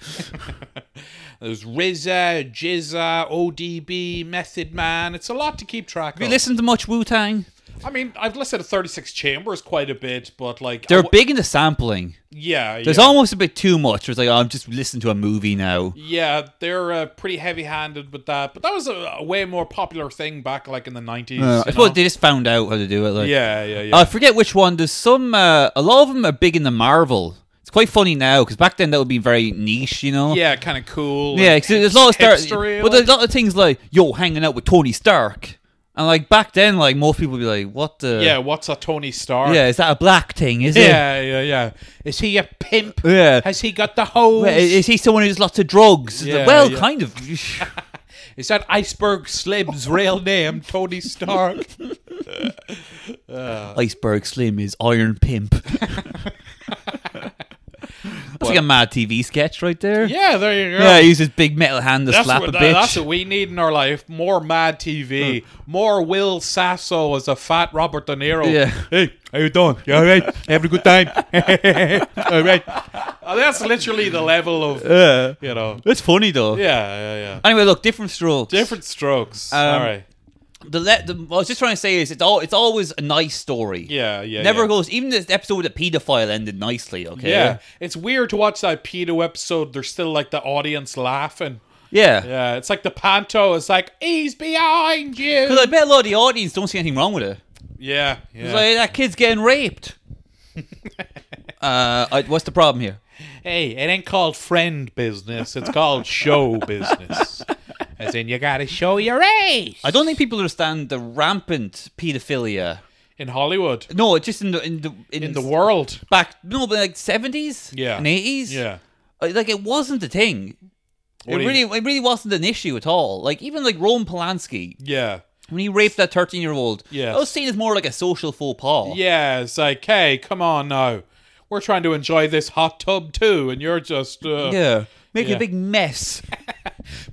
Speaker 2: There's RZA, Jizza, ODB, Method Man. It's a lot to keep track
Speaker 1: You
Speaker 2: of.
Speaker 1: listen to much Wu Tang?
Speaker 2: I mean, I've listened to 36 Chambers quite a bit, but like, I
Speaker 1: They're
Speaker 2: w-
Speaker 1: big into sampling.
Speaker 2: yeah,
Speaker 1: There's
Speaker 2: yeah.
Speaker 1: almost a bit too much. It's like oh, I'm just listening to a movie now.
Speaker 2: yeah, they're uh, pretty heavy-handed with that, but that was a, a way more popular thing back like in the 90s.
Speaker 1: Uh, I
Speaker 2: you
Speaker 1: suppose Uh,
Speaker 2: know?
Speaker 1: they just found out how to do it. Like Oh,
Speaker 2: yeah, yeah, yeah.
Speaker 1: I forget which one. There's some. Uh, a lot of them are big in the Marvel. It's quite funny now because back then that would be very niche, you know.
Speaker 2: yeah, kind of cool.
Speaker 1: Yeah,
Speaker 2: and
Speaker 1: because there's a lot of Star-
Speaker 2: hipstery,
Speaker 1: but
Speaker 2: like.
Speaker 1: there's a lot of things like yo hanging out with Tony Stark, and like back then, like most people would be like, "What the?
Speaker 2: Yeah, what's a Tony Stark?
Speaker 1: yeah, is that a black thing? Is
Speaker 2: yeah, yeah, yeah. Is he a pimp?
Speaker 1: it? Yeah,
Speaker 2: Has he got the hose?
Speaker 1: Uh, Well, is he someone who's lots of drugs? It's like,
Speaker 2: Yeah,
Speaker 1: well,
Speaker 2: yeah.
Speaker 1: kind of.
Speaker 2: Is that Iceberg Slim's real name, Tony Stark?
Speaker 1: Iceberg Slim is Iron Pimp. That's like a Mad TV sketch right there.
Speaker 2: Yeah, there you go.
Speaker 1: Yeah, he uses big metal hand to
Speaker 2: That's
Speaker 1: slap
Speaker 2: what,
Speaker 1: a
Speaker 2: that-
Speaker 1: bitch.
Speaker 2: that's what we need in our life. More Mad TV. More Will Sasso as a fat Robert De Niro.
Speaker 1: Yeah.
Speaker 2: Hey, how you doing? You all right? Having a good time? all right. Uh, That's literally the level of,
Speaker 1: Yeah.
Speaker 2: you know.
Speaker 1: That's funny though.
Speaker 2: Yeah, yeah, yeah.
Speaker 1: Anyway, look, different strokes.
Speaker 2: Different strokes. all right.
Speaker 1: The, le- the what I was just trying to say is it's all it's always a nice story.
Speaker 2: Yeah, yeah.
Speaker 1: Never
Speaker 2: yeah.
Speaker 1: goes. Even this episode with the pedophile ended nicely. Okay.
Speaker 2: Yeah, it's weird to watch that pedo episode. There's still like the audience laughing.
Speaker 1: Yeah.
Speaker 2: Yeah, it's like the panto is like he's behind you.
Speaker 1: Because I bet a lot of the audience don't see anything wrong with it.
Speaker 2: yeah, yeah.
Speaker 1: It's like that kid's getting raped. uh, I, what's the problem here?
Speaker 2: Hey, it ain't called friend business. It's called show business. As in, you gotta show your age
Speaker 1: I don't think people understand the rampant pedophilia.
Speaker 2: in Hollywood,
Speaker 1: No, it's just in the in the in,
Speaker 2: in the world.
Speaker 1: back no, but like seventies,
Speaker 2: Yeah.
Speaker 1: and eighties,
Speaker 2: Yeah,
Speaker 1: Uh, like it wasn't a thing.
Speaker 2: What
Speaker 1: it
Speaker 2: do you-
Speaker 1: really, it really wasn't an issue at all. Like even like Roman Polanski,
Speaker 2: yeah,
Speaker 1: when he raped that thirteen-year-old,
Speaker 2: Yes.
Speaker 1: that was seen as more like a social faux pas.
Speaker 2: yeah. It's like, hey, come on now, we're trying to enjoy this hot tub too, and you're just uh,
Speaker 1: yeah, making
Speaker 2: Yeah.
Speaker 1: a big mess.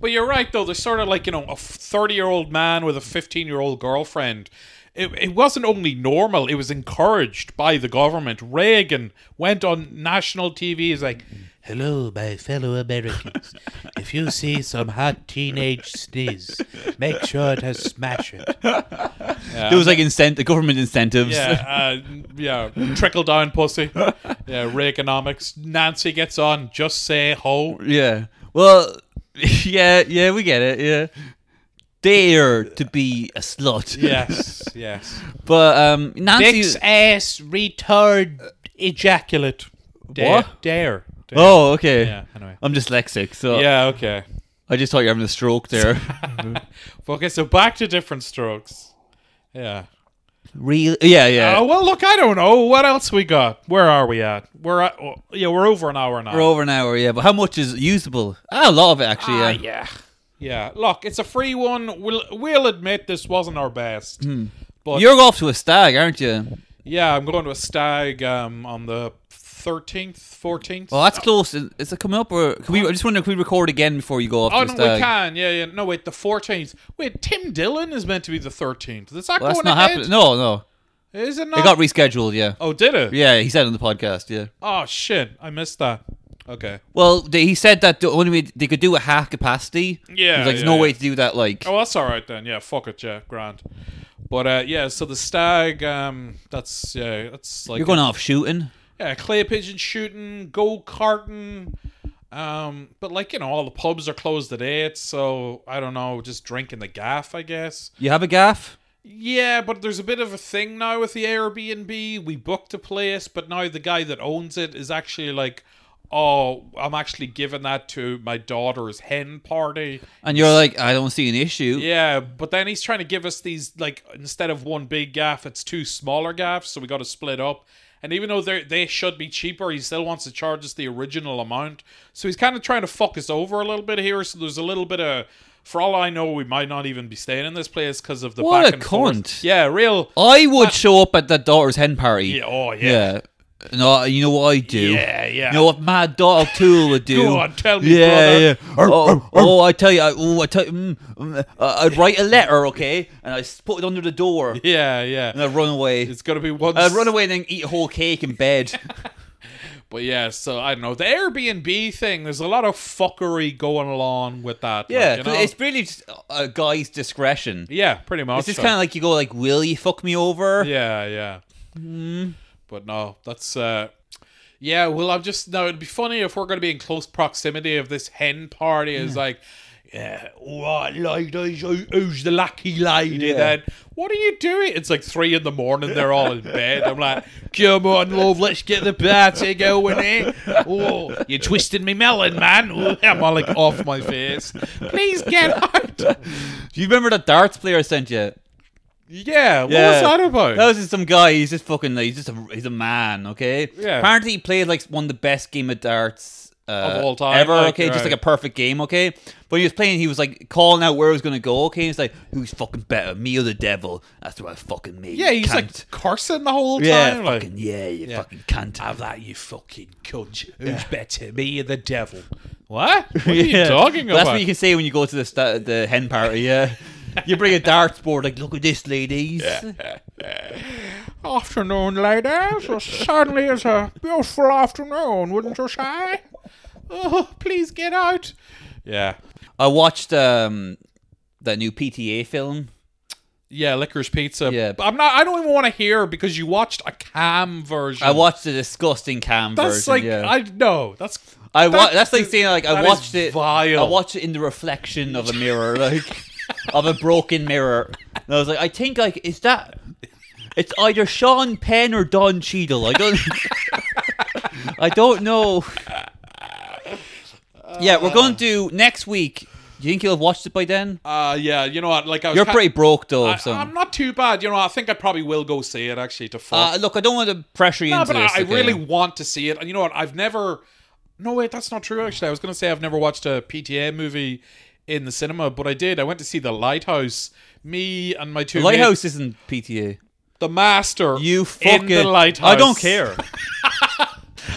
Speaker 2: But you're right, though. There's sort of like, you know, a 30 year old man with a 15 year old girlfriend. It, it wasn't only normal, it was encouraged by the government. Reagan went on national TV, he's like,
Speaker 4: Hello, my fellow Americans. if you see some hot teenage sneeze, make sure to smash it.
Speaker 1: there was like incent- government incentives.
Speaker 2: yeah, uh, yeah, trickle down pussy. Yeah, Reaganomics. Nancy gets on, just say ho.
Speaker 1: Yeah. Well, yeah, yeah, we get it. Yeah. Dare to be a slut.
Speaker 2: Yes, yes.
Speaker 1: But um Nancy
Speaker 2: Dick's ass retard ejaculate. Dare.
Speaker 1: What?
Speaker 2: Dare. Dare.
Speaker 1: Oh, okay.
Speaker 2: Yeah, anyway.
Speaker 1: I'm dyslexic, so
Speaker 2: Yeah, okay.
Speaker 1: I just thought you were having a stroke there.
Speaker 2: Okay, so back to different strokes. Yeah.
Speaker 1: Real Yeah, yeah.
Speaker 2: Oh well, look, I don't know what else we got. Where are we at? We're at, oh, yeah, we're over an hour now.
Speaker 1: We're over an hour, yeah, but how much is usable? Ah, a lot of it actually, yeah.
Speaker 2: Yeah, look, it's a free one. We'll we'll admit this wasn't our best.
Speaker 1: Hmm.
Speaker 2: But
Speaker 1: You're off to a stag, aren't you?
Speaker 2: yeah, I'm going to a stag um, on the thirteenth, fourteenth.
Speaker 1: Well, that's close. Is is it coming up or can we I just wonder if we record again before you go off
Speaker 2: oh
Speaker 1: to
Speaker 2: no,
Speaker 1: a stag?
Speaker 2: we can. Yeah, yeah. No, wait, the fourteenth. Wait, Tim Dillon is meant to be the thirteenth. Is that
Speaker 1: Well, that's
Speaker 2: going
Speaker 1: not
Speaker 2: ahead?
Speaker 1: happening. No, no.
Speaker 2: Is it not?
Speaker 1: It got rescheduled, yeah.
Speaker 2: oh, did it?
Speaker 1: Yeah, he said on the podcast, yeah.
Speaker 2: Oh shit, I missed that. Okay.
Speaker 1: Well, they, he said that the only way they could do a half capacity.
Speaker 2: Yeah,
Speaker 1: He was like, there's
Speaker 2: yeah,
Speaker 1: no
Speaker 2: yeah.
Speaker 1: way to do that. Like,
Speaker 2: Oh, that's all right then. Yeah, fuck it, yeah, grand. But uh, yeah, so the stag, um, that's yeah, that's like
Speaker 1: you're going off shooting.
Speaker 2: yeah, clay pigeon shooting, go karting, um, but like you know, all the pubs are closed at eight, so I don't know, just drinking the gaff, I guess.
Speaker 1: You have a gaff.
Speaker 2: Yeah, but there's a bit of a thing now with the Airbnb. We booked a place, but now the guy that owns it is actually like, oh, I'm actually giving that to my daughter's hen party.
Speaker 1: And you're like, I don't see an issue.
Speaker 2: Yeah, but then he's trying to give us these like instead of one big gaff, it's two smaller gaffs, so we got to split up. And even though they they should be cheaper, he still wants to charge us the original amount. So he's kind of trying to fuck us over a little bit here. So there's a little bit of, for all I know, we might not even be staying in this place because of the
Speaker 1: What
Speaker 2: back
Speaker 1: a
Speaker 2: and forth.
Speaker 1: cunt.
Speaker 2: Yeah, real.
Speaker 1: I would show up at that daughter's hen party.
Speaker 2: Uh, Yeah, oh yeah.
Speaker 1: Yeah. No, you know what I do.
Speaker 2: Yeah, yeah.
Speaker 1: You know what Mad Dog Tool would do.
Speaker 2: Go on, tell me, brother.
Speaker 1: yeah, yeah. Oh, oh, I tell you, I, oh, I tell you, mm, mm, uh, I'd write a letter, okay, and I s- put it under the door,
Speaker 2: yeah, yeah,
Speaker 1: and I'd run away.
Speaker 2: It's gonna be one.
Speaker 1: I'd run away and then eat a whole cake in bed.
Speaker 2: But yeah, so I don't know the Airbnb thing. There's a lot of fuckery going along with that. like,
Speaker 1: Yeah,
Speaker 2: you
Speaker 1: 'cause
Speaker 2: know?
Speaker 1: it's really just a guy's discretion.
Speaker 2: yeah, pretty much.
Speaker 1: It's just
Speaker 2: so.
Speaker 1: kind of like you go like, "Will you fuck me over?"
Speaker 2: Yeah, yeah.
Speaker 1: Mm-hmm.
Speaker 2: But no, that's uh yeah, well I'm just now it'd be funny if we're gonna be in close proximity of this hen party is like yeah, what ladies, who, who's the lucky lady
Speaker 1: Yeah.
Speaker 2: then? What are you doing? It's like three in the morning, they're all in bed. I'm like, come on, love, let's get the party going here. Oh, you're twisting me melon, man. Oh, I'm all like off my face. Please get out.
Speaker 1: Do you remember that darts player I sent you?
Speaker 2: Yeah, what was that about?
Speaker 1: That was just some guy. He's just fucking. Like, he's just a. He's a man. Okay.
Speaker 2: Yeah.
Speaker 1: Apparently, he played like one of the best game of darts uh, uh,
Speaker 2: all time,
Speaker 1: ever.
Speaker 2: like,
Speaker 1: okay, just
Speaker 2: right.
Speaker 1: like a perfect game. Okay, but he was playing. He was like calling out where he was gonna go. Okay, he's like, "Who's fucking better, me or the devil?" That's what I fucking mean.
Speaker 2: Yeah, he's
Speaker 1: cunt.
Speaker 2: like cursing the whole
Speaker 1: yeah,
Speaker 2: time.
Speaker 1: fucking
Speaker 2: Like,
Speaker 1: yeah, you
Speaker 2: Yeah.
Speaker 1: fucking cunt.
Speaker 2: have that, you fucking cunt. Who's better, me or the devil? What? What are you
Speaker 1: Yeah.
Speaker 2: talking
Speaker 1: But
Speaker 2: about?
Speaker 1: That's what you can say when you go to the sta- the hen party. Yeah, you bring a darts board. Like, look at this, ladies.
Speaker 2: Afternoon, ladies. It certainly is a beautiful afternoon, wouldn't you say? Oh, please get out. Yeah.
Speaker 1: I watched um that new PTA film.
Speaker 2: Yeah, licorice pizza.
Speaker 1: Yeah.
Speaker 2: I'm not I don't even want to hear because you watched a cam version.
Speaker 1: I watched the disgusting cam
Speaker 2: that's
Speaker 1: version.
Speaker 2: like
Speaker 1: yeah.
Speaker 2: I no, that's
Speaker 1: I wa-
Speaker 2: that's-
Speaker 1: that's, like saying like I
Speaker 2: that is
Speaker 1: watched it.
Speaker 2: vile.
Speaker 1: I watched it in the reflection of a mirror, like of a broken mirror. And I was like, I think like is that? It's either Sean Penn or Don Cheadle. I don't. I don't know. Yeah, we're going to do next week. Do you think you'll have watched it by then?
Speaker 2: uh yeah, you know what? Like I was
Speaker 1: You're
Speaker 2: ca-
Speaker 1: pretty broke though.
Speaker 2: I,
Speaker 1: so
Speaker 2: I'm not too bad, you know. I think I probably will go see it actually to fuck.
Speaker 1: uh, look, I don't want to pressure you
Speaker 2: No,
Speaker 1: into
Speaker 2: but I,
Speaker 1: this.
Speaker 2: I
Speaker 1: okay?
Speaker 2: really want to see it. And you know what? I've never. No, wait, that's not true. Actually, I was going to say I've never watched a PTA movie in the cinema, but I did. I went to see The Lighthouse. Me and my two mates-
Speaker 1: Lighthouse isn't PTA.
Speaker 2: the master.
Speaker 1: You
Speaker 2: in
Speaker 1: fucking.
Speaker 2: the Lighthouse.
Speaker 1: I don't care.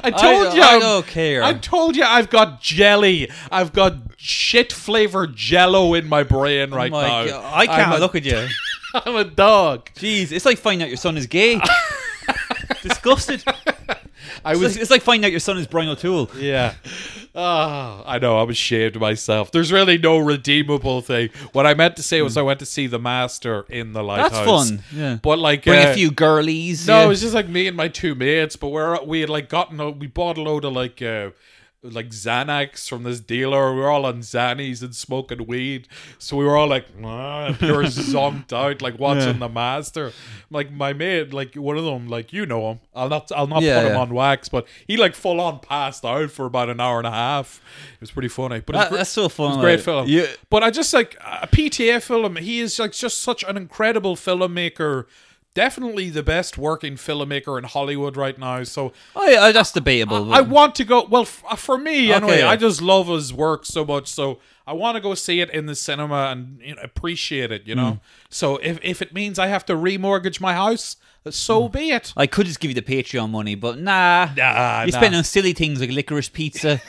Speaker 2: I told you.
Speaker 1: I
Speaker 2: I'm-
Speaker 1: don't care.
Speaker 2: I told you I've got jelly. I've got shit flavored jello in my brain right
Speaker 1: Oh my
Speaker 2: now.
Speaker 1: God, I can't
Speaker 2: I'm a-
Speaker 1: look at you.
Speaker 2: I'm a dog.
Speaker 1: Jeez, it's like finding out your son is gay. Disgusted.
Speaker 2: I
Speaker 1: It's
Speaker 2: was
Speaker 1: like, it's like finding out your son is Brian O'Toole.
Speaker 2: Yeah. Ah, I know. I'm ashamed of myself. There's really no redeemable thing. What I meant to say was I went to see The Master in the Lighthouse.
Speaker 1: Hmm. fun, yeah.
Speaker 2: But like,
Speaker 1: Bring
Speaker 2: uh,
Speaker 1: a few girlies.
Speaker 2: No,
Speaker 1: yeah.
Speaker 2: it was just like me and my two mates. But we're we had like gotten a, we bought a load of like. Uh, like Xanax from this dealer, we were all on Xannies and smoking weed, so we were all like, "Ah," pure zonked out, like watching the master. Like my mate, like one of them, like you know him. I'll not, I'll not
Speaker 1: Yeah,
Speaker 2: put him
Speaker 1: yeah.
Speaker 2: on wax, but he like full on passed out for about an hour and a half. It was pretty funny, but
Speaker 1: That-
Speaker 2: it's,
Speaker 1: that's so fun.
Speaker 2: it's a great
Speaker 1: like,
Speaker 2: film.
Speaker 1: You,
Speaker 2: But I just like a PTA film. He is like just such an incredible filmmaker. Definitely the best working filmmaker in Hollywood right now. So
Speaker 1: I, I, that's debatable.
Speaker 2: I
Speaker 1: but-
Speaker 2: want to go. Well, f- uh, for me anyway,
Speaker 1: Okay.
Speaker 2: I just love his work so much. So I want to go see it in the cinema and you know, appreciate it. You know.
Speaker 1: Hmm.
Speaker 2: So if if it means I have to remortgage my house, so
Speaker 1: Hmm.
Speaker 2: be it.
Speaker 1: I could just give you the Patreon money, but nah.
Speaker 2: Nah,
Speaker 1: You
Speaker 2: nah.
Speaker 1: spend on silly things like licorice pizza.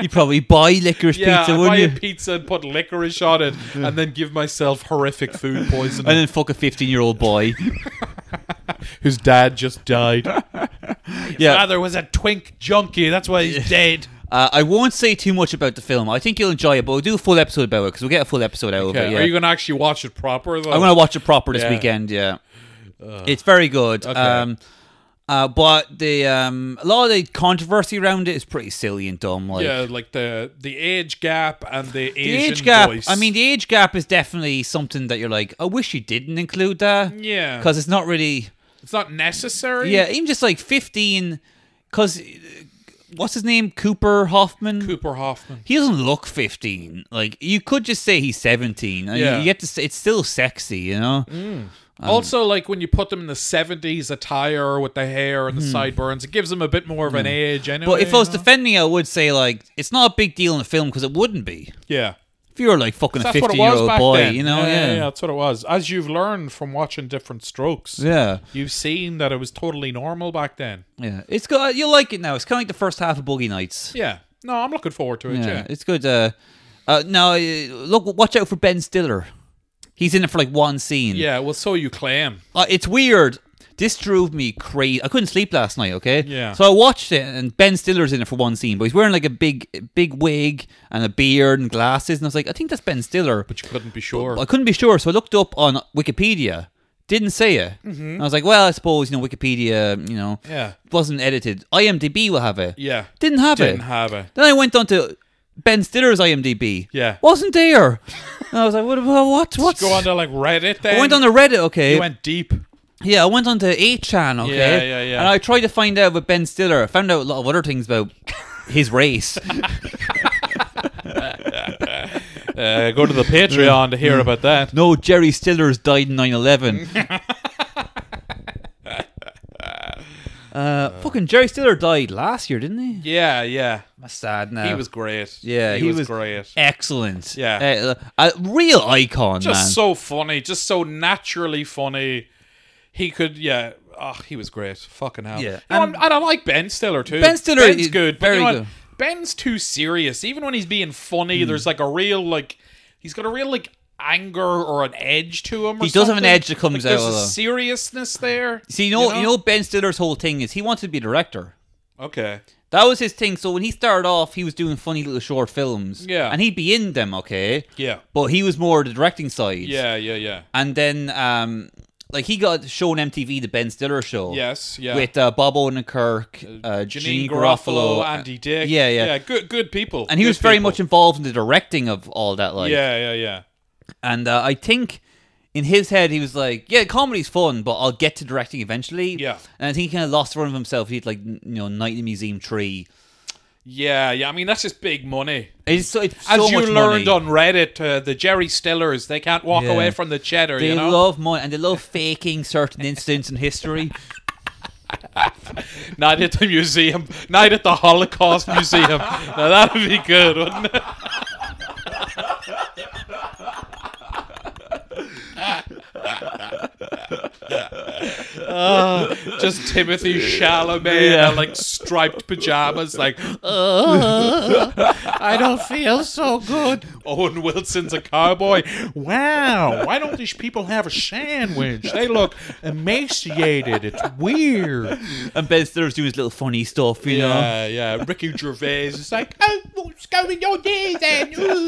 Speaker 1: You'd probably buy licorice
Speaker 2: Yeah,
Speaker 1: pizza,
Speaker 2: I buy
Speaker 1: wouldn't you?
Speaker 2: a pizza and put licorice on it, and then give myself horrific food poisoning.
Speaker 1: and then fuck a 15 year old boy.
Speaker 2: whose dad just died.
Speaker 1: yeah.
Speaker 2: Father was a twink junkie. That's why he's dead.
Speaker 1: Uh, I won't say too much about the film. I think you'll enjoy it, but we'll do a full episode about it because we'll get a full episode out of it.
Speaker 2: Okay.
Speaker 1: Yeah.
Speaker 2: Are you going to actually watch it proper? Though?
Speaker 1: I'm gonna watch it proper this
Speaker 2: Yeah.
Speaker 1: weekend. Yeah, it's very good. Um, uh, but the um, a lot of the controversy around it is pretty silly and dumb. Like
Speaker 2: Yeah, like the the age gap and the,
Speaker 1: the
Speaker 2: Asian
Speaker 1: age gap.
Speaker 2: voice.
Speaker 1: I mean, the age gap is definitely something that you're like, I wish you didn't include that.
Speaker 2: Yeah.
Speaker 1: because it's not really.
Speaker 2: it's not necessary.
Speaker 1: Yeah, even just like 15. Because what's his name? Cooper Hoffman.
Speaker 2: Cooper Hoffman.
Speaker 1: He doesn't look 15. Like you could just say he's 17. and
Speaker 2: Yeah.
Speaker 1: You get to say it's still sexy, you know. Um,
Speaker 2: also, like when you put them in the seventies attire with the hair and the sideburns, it gives them a bit more of an age. Anyway,
Speaker 1: Hmm. But if I was
Speaker 2: you know?
Speaker 1: defending it, I would say like it's not a big deal in the film because it wouldn't be.
Speaker 2: yeah,
Speaker 1: If you were like fucking a
Speaker 2: that's what it was
Speaker 1: fifty-year-old
Speaker 2: back
Speaker 1: boy,
Speaker 2: then.
Speaker 1: you know, yeah, yeah.
Speaker 2: that's what it was. As you've learned from watching different strokes,
Speaker 1: yeah.
Speaker 2: you've seen that it was totally normal back then.
Speaker 1: It's good. You'll like it now. It's kind of like the first half of Boogie Nights.
Speaker 2: Yeah, no, I'm looking forward to it.
Speaker 1: Yeah,
Speaker 2: yeah.
Speaker 1: it's good. Uh, uh, now, uh, look, watch out for Ben Stiller. He's in it for like one scene.
Speaker 2: Yeah, well, so you claim.
Speaker 1: Uh, it's weird. This drove me crazy. I couldn't sleep last night. Okay.
Speaker 2: Yeah.
Speaker 1: So I watched it, and Ben Stiller's in it for one scene, but he's wearing like a big, big wig and a beard and glasses, and I was like, I think that's Ben Stiller.
Speaker 2: But you couldn't be sure.
Speaker 1: I couldn't be sure, so I looked up on Wikipedia. Didn't say it. Mm-hmm. I was like, well, I suppose you know Wikipedia, you know,
Speaker 2: Yeah.
Speaker 1: wasn't edited. IMDb will have it.
Speaker 2: yeah.
Speaker 1: Didn't have
Speaker 2: Didn't
Speaker 1: it.
Speaker 2: have it.
Speaker 1: then I went on to Ben Stiller's IMDb.
Speaker 2: Yeah.
Speaker 1: wasn't there. and I was like, what? What? What?
Speaker 2: Go on to like Reddit then.
Speaker 1: I went on to Reddit. Okay.
Speaker 2: You went deep.
Speaker 1: yeah, I went on to 8chan. Okay.
Speaker 2: Yeah, yeah, yeah.
Speaker 1: And I tried to find out about Ben Stiller. I found out a lot of other things about his race.
Speaker 2: Uh, go to the Patreon to hear about that.
Speaker 1: no, Jerry Stiller's died in 9 11. Uh, fuck fucking Jerry Stiller died last year, didn't he?
Speaker 2: Yeah, yeah.
Speaker 1: That's sad now.
Speaker 2: He was great.
Speaker 1: Yeah,
Speaker 2: he, was, great.
Speaker 1: Excellent.
Speaker 2: Yeah.
Speaker 1: Uh, a real icon,
Speaker 2: Just
Speaker 1: man.
Speaker 2: so funny, just so naturally funny. He could, yeah. Oh, he was great. Fucking hell.
Speaker 1: Yeah.
Speaker 2: You know, I'm- and I like Ben Stiller too.
Speaker 1: Ben Stiller
Speaker 2: Ben's
Speaker 1: is
Speaker 2: good. but you
Speaker 1: very
Speaker 2: know what?
Speaker 1: good. Hmm.
Speaker 2: Ben's too serious. Even when he's being funny, there's like a real like. He's got a real like anger or an edge to him. or
Speaker 1: He does have an
Speaker 2: something.
Speaker 1: edge that comes
Speaker 2: Like, there's
Speaker 1: out
Speaker 2: a
Speaker 1: of him.
Speaker 2: seriousness there.
Speaker 1: See, you know, you know, Ben Stiller's whole thing is he wanted to be a director.
Speaker 2: Okay.
Speaker 1: That was his thing. So when he started off, he was doing funny little short films.
Speaker 2: Yeah.
Speaker 1: And he'd be in them, okay?
Speaker 2: Yeah.
Speaker 1: But he was more the directing side.
Speaker 2: Yeah. Yeah. Yeah.
Speaker 1: And then, um, like, he got shown MTV, the Ben Stiller show.
Speaker 2: Yes. Yeah.
Speaker 1: With uh, Bob Odenkirk, uh,
Speaker 2: Janine
Speaker 1: Gene
Speaker 2: Garofalo,
Speaker 1: Garofalo,
Speaker 2: Andy Dick.
Speaker 1: Yeah, yeah.
Speaker 2: yeah. Good, good people.
Speaker 1: And he
Speaker 2: Good
Speaker 1: was very
Speaker 2: people.
Speaker 1: much involved in the directing of all that, like.
Speaker 2: Yeah, yeah, yeah.
Speaker 1: And uh, I think in his head, he was like, "Yeah, comedy's fun, but I'll get to directing eventually."
Speaker 2: Yeah.
Speaker 1: And I think he kind of lost run of himself. He had like n- you know, Night in the Museum Tree.
Speaker 2: Yeah, yeah. I mean, that's just big money.
Speaker 1: It's so it's
Speaker 2: As
Speaker 1: so
Speaker 2: you
Speaker 1: much
Speaker 2: learned
Speaker 1: money.
Speaker 2: on Reddit, uh, the Jerry Stillers, they can't walk
Speaker 1: Yeah.
Speaker 2: away from the cheddar,
Speaker 1: they
Speaker 2: you know?
Speaker 1: love money and they love faking certain incidents in history.
Speaker 2: Night at the museum. Night at the Holocaust Museum. now, that would be good, wouldn't it? Ah, just Timothy Chalamet in a, like striped pajamas, like
Speaker 4: I don't feel so good.
Speaker 2: Owen Wilson's a cowboy.
Speaker 4: Wow, why don't these people have a sandwich? They look emaciated. It's weird.
Speaker 1: and Ben Stiller's doing his little funny stuff, you know.
Speaker 2: Yeah, yeah. Ricky Gervais is like, oh,
Speaker 3: What's going on here then? Ooh,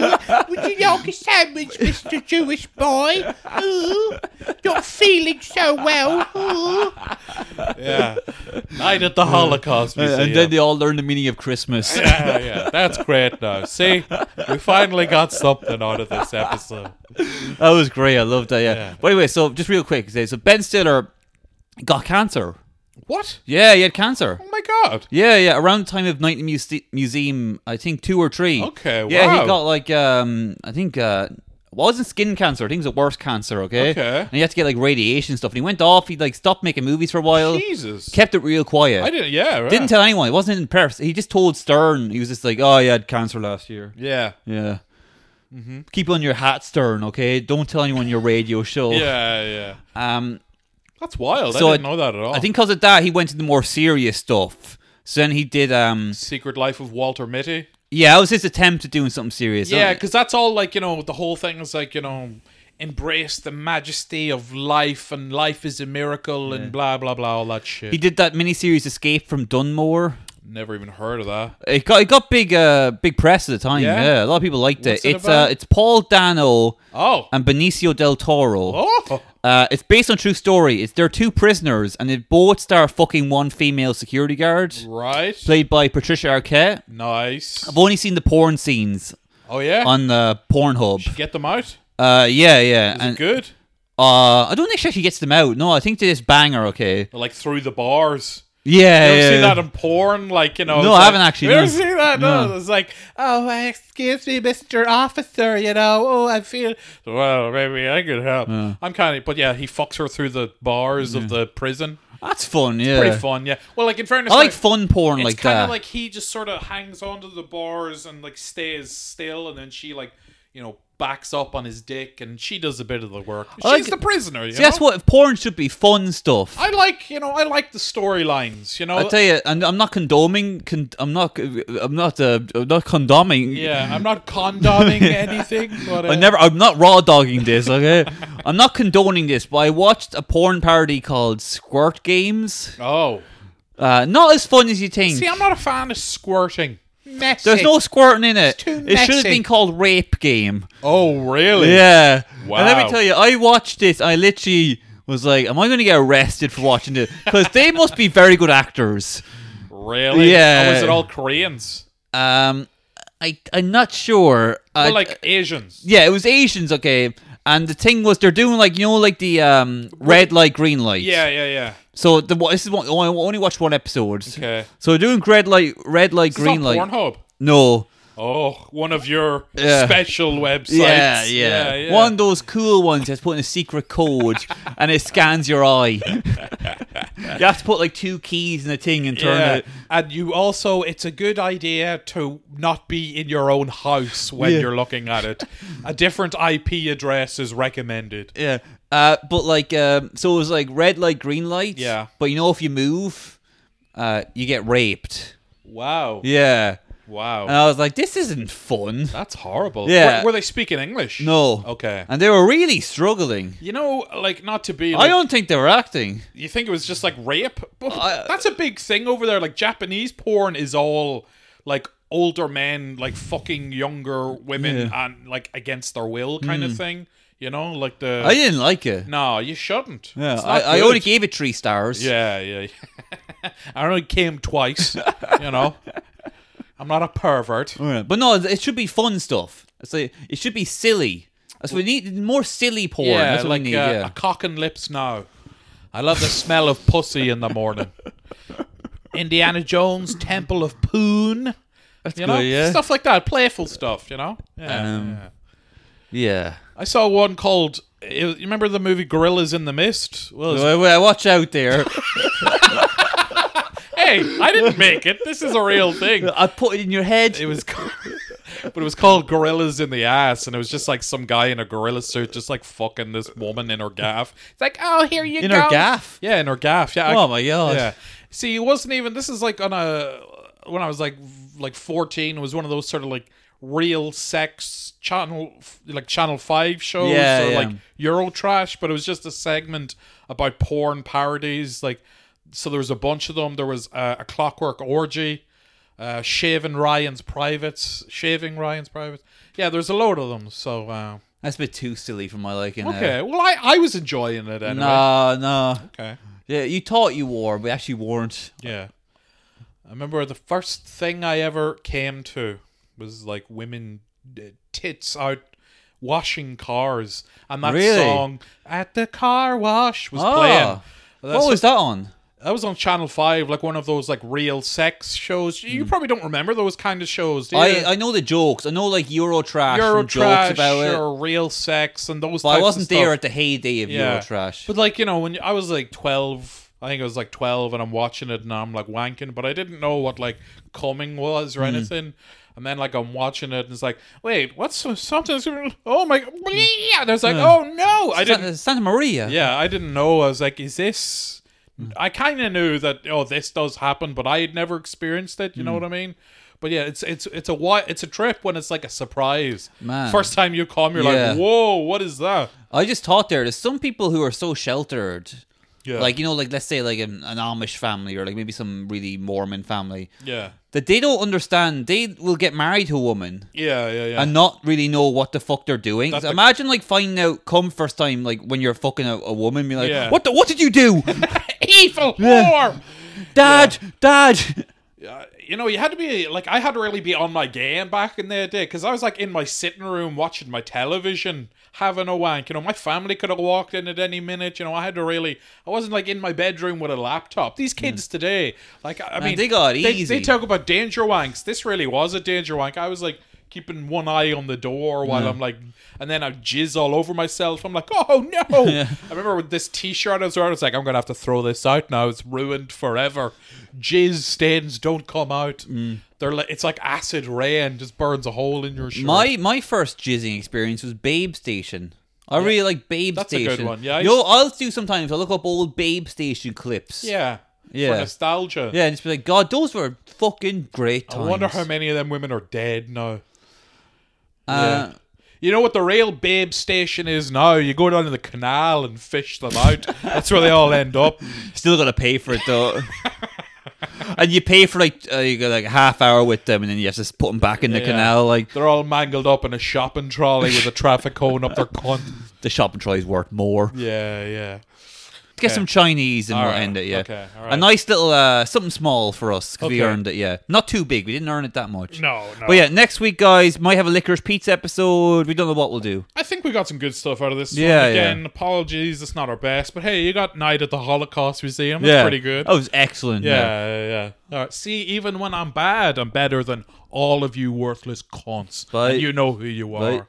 Speaker 3: would you like a sandwich, Mr. Jewish boy? Ooh, not feeling so well. Ooh.
Speaker 2: yeah. Night at the Holocaust Museum.
Speaker 1: And then they all learn the meaning of Christmas.
Speaker 2: yeah, yeah, that's great now. See, we finally got something out of this episode.
Speaker 1: that was great. I loved that. Yeah.
Speaker 2: Yeah.
Speaker 1: But anyway, so just real quick, so Ben Stiller got cancer.
Speaker 2: What?
Speaker 1: Yeah, he had cancer.
Speaker 2: Oh my god.
Speaker 1: Yeah, yeah. Around the time of Night in the Muse- Museum, I think two or three.
Speaker 2: Okay,
Speaker 1: Yeah,
Speaker 2: wow.
Speaker 1: he got like um, I think uh, well, it wasn't skin cancer. I think it was a worse cancer. Okay.
Speaker 2: Okay.
Speaker 1: And he had to get like radiation and stuff. And he went off. He like stopped making movies for a while.
Speaker 2: Jesus.
Speaker 1: Kept it real quiet.
Speaker 2: I didn't, yeah, right.
Speaker 1: Didn't tell anyone. It wasn't in press. He just told Stern. He was just like, "Oh, yeah, I had cancer last year."
Speaker 2: Yeah.
Speaker 1: Yeah.
Speaker 2: Mm-hmm.
Speaker 1: Keep on your hat, Stern. Okay. Don't tell anyone your radio show.
Speaker 2: Yeah, yeah.
Speaker 1: Um.
Speaker 2: That's wild.
Speaker 1: So
Speaker 2: I didn't
Speaker 1: I-
Speaker 2: know that at all.
Speaker 1: I think because of that, he went to the more serious stuff. So then he did. Um.
Speaker 2: Secret Life of Walter Mitty.
Speaker 1: Yeah, it was his attempt at doing something serious.
Speaker 2: Yeah,
Speaker 1: wasn't it?
Speaker 2: because that's all like you know the whole thing is like you know embrace the majesty of life and life is a miracle and blah blah blah all that shit.
Speaker 1: He did that miniseries Escape from Dunmore.
Speaker 2: Never even heard of that.
Speaker 1: It got it got big uh big press at the time.
Speaker 2: Yeah?
Speaker 1: Yeah, a lot of people liked
Speaker 2: What's
Speaker 1: it.
Speaker 2: it
Speaker 1: It's
Speaker 2: about?
Speaker 1: uh it's Paul Dano
Speaker 2: Oh.
Speaker 1: and Benicio del Toro.
Speaker 2: oh.
Speaker 1: Uh, it's based on a true story. It's they're two prisoners and they both start fucking one female security guard
Speaker 2: Right.
Speaker 1: played by Patricia Arquette.
Speaker 2: Nice.
Speaker 1: I've only seen the porn scenes
Speaker 2: Oh yeah.
Speaker 1: on uh, Pornhub.
Speaker 2: Get them out.
Speaker 1: Uh, yeah, yeah,
Speaker 2: Is
Speaker 1: and
Speaker 2: it good?
Speaker 1: uh, I don't think she actually gets them out. No, I think they just bang her. Okay,
Speaker 2: Like through the bars.
Speaker 1: yeah,
Speaker 2: You ever
Speaker 1: yeah.
Speaker 2: see that in porn? Like you know.
Speaker 1: No,
Speaker 2: it's
Speaker 1: I
Speaker 2: like-
Speaker 1: haven't actually,
Speaker 2: You ever
Speaker 1: no.
Speaker 2: see that? No.
Speaker 1: No.
Speaker 2: It's like
Speaker 4: Oh, excuse me, Mr. Officer, you know, oh, I feel.
Speaker 2: well, maybe I could help. I'm kind of, but yeah, he fucks her through the bars of the prison.
Speaker 1: That's fun. Yeah,
Speaker 2: Pretty fun. Yeah. Well, like in fairness,
Speaker 1: I like fun porn
Speaker 2: it's
Speaker 1: like
Speaker 2: kind
Speaker 1: that.
Speaker 2: of like he just sort of hangs onto the bars and like stays still, and then she like you know backs up on his dick, and she does a bit of the work. She's
Speaker 1: like-
Speaker 2: the prisoner. You
Speaker 1: See, that's
Speaker 2: know?
Speaker 1: what porn should be fun stuff. I,
Speaker 2: I like. You know, I like the storylines. You know,
Speaker 1: tell you, and I'm not condoming. Con- I'm not. I'm not. Uh, I'm not condomning.
Speaker 2: yeah, I'm not condoning anything. But, uh,
Speaker 1: I never. I'm not raw dogging this. Okay. I'm not condoning this, but I watched a porn parody called Squirt Games.
Speaker 2: Oh,
Speaker 1: Uh, not as fun as you think.
Speaker 2: see, I'm not a fan of squirting.
Speaker 3: Messy.
Speaker 1: There's no squirting in it.
Speaker 3: too
Speaker 1: It should have
Speaker 3: messy.
Speaker 1: been called Rape Game.
Speaker 2: Oh, really?
Speaker 1: Yeah. And let
Speaker 2: Wow.
Speaker 1: me tell you, I watched this. I literally was like, "Am I going to get arrested for watching this?" Because they must be very good actors.
Speaker 2: Really?
Speaker 1: Yeah.
Speaker 2: Oh, is it all Koreans?
Speaker 1: Um, I I'm not sure. I,
Speaker 2: Or like Asians?
Speaker 1: yeah, it was Asians. Okay, and the thing was they're doing like you know like the um red light green light.
Speaker 2: Yeah, yeah, yeah.
Speaker 1: So the one- this is one I only watched one episode.
Speaker 2: Okay.
Speaker 1: So they're doing red light, red light,
Speaker 2: It's not
Speaker 1: green light.
Speaker 2: Pornhub.
Speaker 1: No.
Speaker 2: Oh, one of your
Speaker 1: Yeah.
Speaker 2: special websites.
Speaker 1: Yeah, yeah, One of those cool ones that's putting a secret code and it scans your eye. You have to put like two keys in a thing and turn
Speaker 2: Yeah.
Speaker 1: it.
Speaker 2: And you also, it's a good idea to not be in your own house when you're looking at it. A different IP address is recommended.
Speaker 1: Yeah. Uh, but like, um, so it was like red light, green light.
Speaker 2: Yeah.
Speaker 1: But you know, if you move, uh, you get raped.
Speaker 2: Wow.
Speaker 1: Yeah.
Speaker 2: Wow.
Speaker 1: And I was like, this isn't fun.
Speaker 2: That's horrible.
Speaker 1: Yeah.
Speaker 2: Were, were they speaking English?
Speaker 1: No.
Speaker 2: Okay.
Speaker 1: And they were really struggling.
Speaker 2: You know, like not to be.
Speaker 1: I
Speaker 2: Like,
Speaker 1: don't think they were acting.
Speaker 2: you think it was just like rape? But
Speaker 1: I- uh,
Speaker 2: that's a big thing over there. Like Japanese porn is all like older men like fucking younger women and like against their will kind of thing. You know, like the.
Speaker 1: Mm. I didn't like it.
Speaker 2: no, you shouldn't.
Speaker 1: Yeah,
Speaker 2: It's not
Speaker 1: I, I
Speaker 2: good.
Speaker 1: only gave it three stars.
Speaker 2: Yeah, yeah. I only came twice. you know, I'm not a pervert.
Speaker 1: Yeah, But no, it should be fun stuff. It's like, it should be silly. That's what we need. More silly porn. That's what
Speaker 2: like
Speaker 1: we need.
Speaker 2: uh,
Speaker 1: yeah.
Speaker 2: a cock and lips now. I love the smell of pussy in the morning. Indiana Jones Temple of Poon. you know,
Speaker 1: good, yeah.
Speaker 2: stuff like that, playful stuff. You know, yeah.
Speaker 1: Um,
Speaker 2: yeah.
Speaker 1: yeah.
Speaker 2: I saw one called. You remember the movie Gorillas in the Mist? Well, it's-
Speaker 1: Well, well, watch out there.
Speaker 2: hey, I didn't make it. This is a real thing.
Speaker 1: I put it in your head.
Speaker 2: It was, ca- but it was called Gorillas in the Ass, and it was just like some guy in a gorilla suit, just like fucking this woman in her gaff. It's like, oh, here you
Speaker 1: in
Speaker 2: go.
Speaker 1: our gaff.
Speaker 2: Yeah, in her gaff. Yeah. I-
Speaker 1: Oh my god.
Speaker 2: Yeah. See, it wasn't even. This is like on a when I was like v- like fourteen. It was one of those sort of like real sex channel f- like Channel Five shows
Speaker 1: Yeah,
Speaker 2: or
Speaker 1: yeah.
Speaker 2: like Euro trash. But it was just a segment about porn parodies. Like, so there was a bunch of them. There was uh, a Clockwork Orgy. Uh, shaving Ryan's privates, shaving Ryan's privates. Yeah, there's a load of them. So uh,
Speaker 1: That's a bit too silly for my liking. uh,
Speaker 2: okay, well, I, I was enjoying it anyway.
Speaker 1: No, no.
Speaker 2: Okay.
Speaker 1: Yeah, you thought you were, but actually weren't.
Speaker 2: Yeah. I remember the first thing I ever came to was like women uh, tits out washing cars and that
Speaker 1: Really?
Speaker 2: song at the car wash was
Speaker 1: Oh.
Speaker 2: playing. That's
Speaker 1: what was that on?
Speaker 2: that was on Channel Five, like one of those like real sex shows. You probably don't remember those kind of shows, do you?
Speaker 1: Mm. I I know the jokes. I know like Eurotrash and
Speaker 2: uh, Eurotrash
Speaker 1: jokes about it.
Speaker 2: or real sex and those.
Speaker 1: But
Speaker 2: types
Speaker 1: I
Speaker 2: of
Speaker 1: wasn't
Speaker 2: stuff.
Speaker 1: there at the heyday of Eurotrash.
Speaker 2: But like you know, when I was like twelve, I think I was like twelve, and I'm watching it, and I'm like wanking, but I didn't know what like coming was or
Speaker 1: Hmm.
Speaker 2: anything. And then like I'm watching it, and it's like, wait, what's so- something's Oh my! And I was like, oh no, I didn't.
Speaker 1: Santa, Santa Maria.
Speaker 2: Yeah, I didn't know. I was like, is this?
Speaker 1: Hmm.
Speaker 2: I kind of knew that. Oh, this does happen, but I had never experienced it. You
Speaker 1: Hmm.
Speaker 2: know what I mean? But yeah, it's it's it's a wi- it's a trip when it's like a surprise.
Speaker 1: Man.
Speaker 2: First time you come, you're
Speaker 1: Yeah.
Speaker 2: like, whoa, what is that?
Speaker 1: I just thought there. There's some people who are so sheltered.
Speaker 2: Yeah,
Speaker 1: Like you know, like let's say like an, an Amish family or like maybe some really Mormon family
Speaker 2: yeah,
Speaker 1: that they don't understand. They will get married to a woman
Speaker 2: yeah, yeah, yeah.
Speaker 1: and not really know what the fuck they're doing.
Speaker 2: That's
Speaker 1: So
Speaker 2: the-
Speaker 1: imagine like finding out come first time like when you're fucking a, a woman, be like,
Speaker 2: Yeah.
Speaker 1: what the, what did you do,
Speaker 2: evil whore.
Speaker 1: Dad, Dad?
Speaker 2: Uh, you know, you had to be like I had to really be on my game back in the day because I was like in my sitting room watching my television, having a wank. You know, my family could have walked in at any minute. You know, I had to really. I wasn't like in my bedroom with a laptop. These kids today, like I I mean,
Speaker 1: Hmm. they got
Speaker 2: they,
Speaker 1: easy.
Speaker 2: They talk about danger wanks. This really was a danger wank. I was like keeping one eye on the door while I'm like, and then I jizz all over myself. I'm like, oh no! I remember with this T-shirt I was wearing, I was like, I'm gonna have to throw this out now. It's ruined forever. Jizz stains don't come out.
Speaker 1: Mm.
Speaker 2: They're like, it's like acid rain just burns a hole in your shirt.
Speaker 1: My my first jizzing experience was Babe Station. I really like Babe
Speaker 2: That's a good
Speaker 1: Station.
Speaker 2: one, yeah, I
Speaker 1: Yo, I'll do sometimes. I will look up old Babe Station clips.
Speaker 2: yeah,
Speaker 1: Yeah.
Speaker 2: for nostalgia.
Speaker 1: Yeah, and just be like, God, those were fucking great
Speaker 2: I
Speaker 1: times.
Speaker 2: wonder how many of them women are dead now.
Speaker 1: Uh,
Speaker 2: Yeah. You know what the real babe station is now? You go down to the canal and fish them out. That's where they all end up.
Speaker 1: Still gotta pay for it though. and you pay for like uh, you got like a half hour with them, and then you have to put them back in the
Speaker 2: Yeah.
Speaker 1: canal. Like
Speaker 2: They're all mangled up in a shopping trolley with a traffic cone up their cunt.
Speaker 1: the shopping trolley's worth more.
Speaker 2: Yeah, yeah.
Speaker 1: Get some Chinese and
Speaker 2: All
Speaker 1: we'll
Speaker 2: right.
Speaker 1: end it. Yeah,
Speaker 2: Okay, all
Speaker 1: a
Speaker 2: right.
Speaker 1: nice little uh, something small for us because we
Speaker 2: Okay.
Speaker 1: earned it. Yeah, not too big. We didn't earn it that much.
Speaker 2: No, no.
Speaker 1: But yeah, next week, guys, might have a licorice pizza episode. We don't know what we'll do.
Speaker 2: I think we got some good stuff out of this.
Speaker 1: Yeah,
Speaker 2: one.
Speaker 1: yeah.
Speaker 2: Again, apologies. It's not our best. But hey, you got Night at the Holocaust Museum. That's
Speaker 1: yeah, Oh,
Speaker 2: pretty good.
Speaker 1: That was excellent.
Speaker 2: Yeah, yeah, yeah. All right. See, even when I'm bad, I'm better than all of you worthless cons.
Speaker 1: Bye.
Speaker 2: And you know who you are.
Speaker 1: Bye.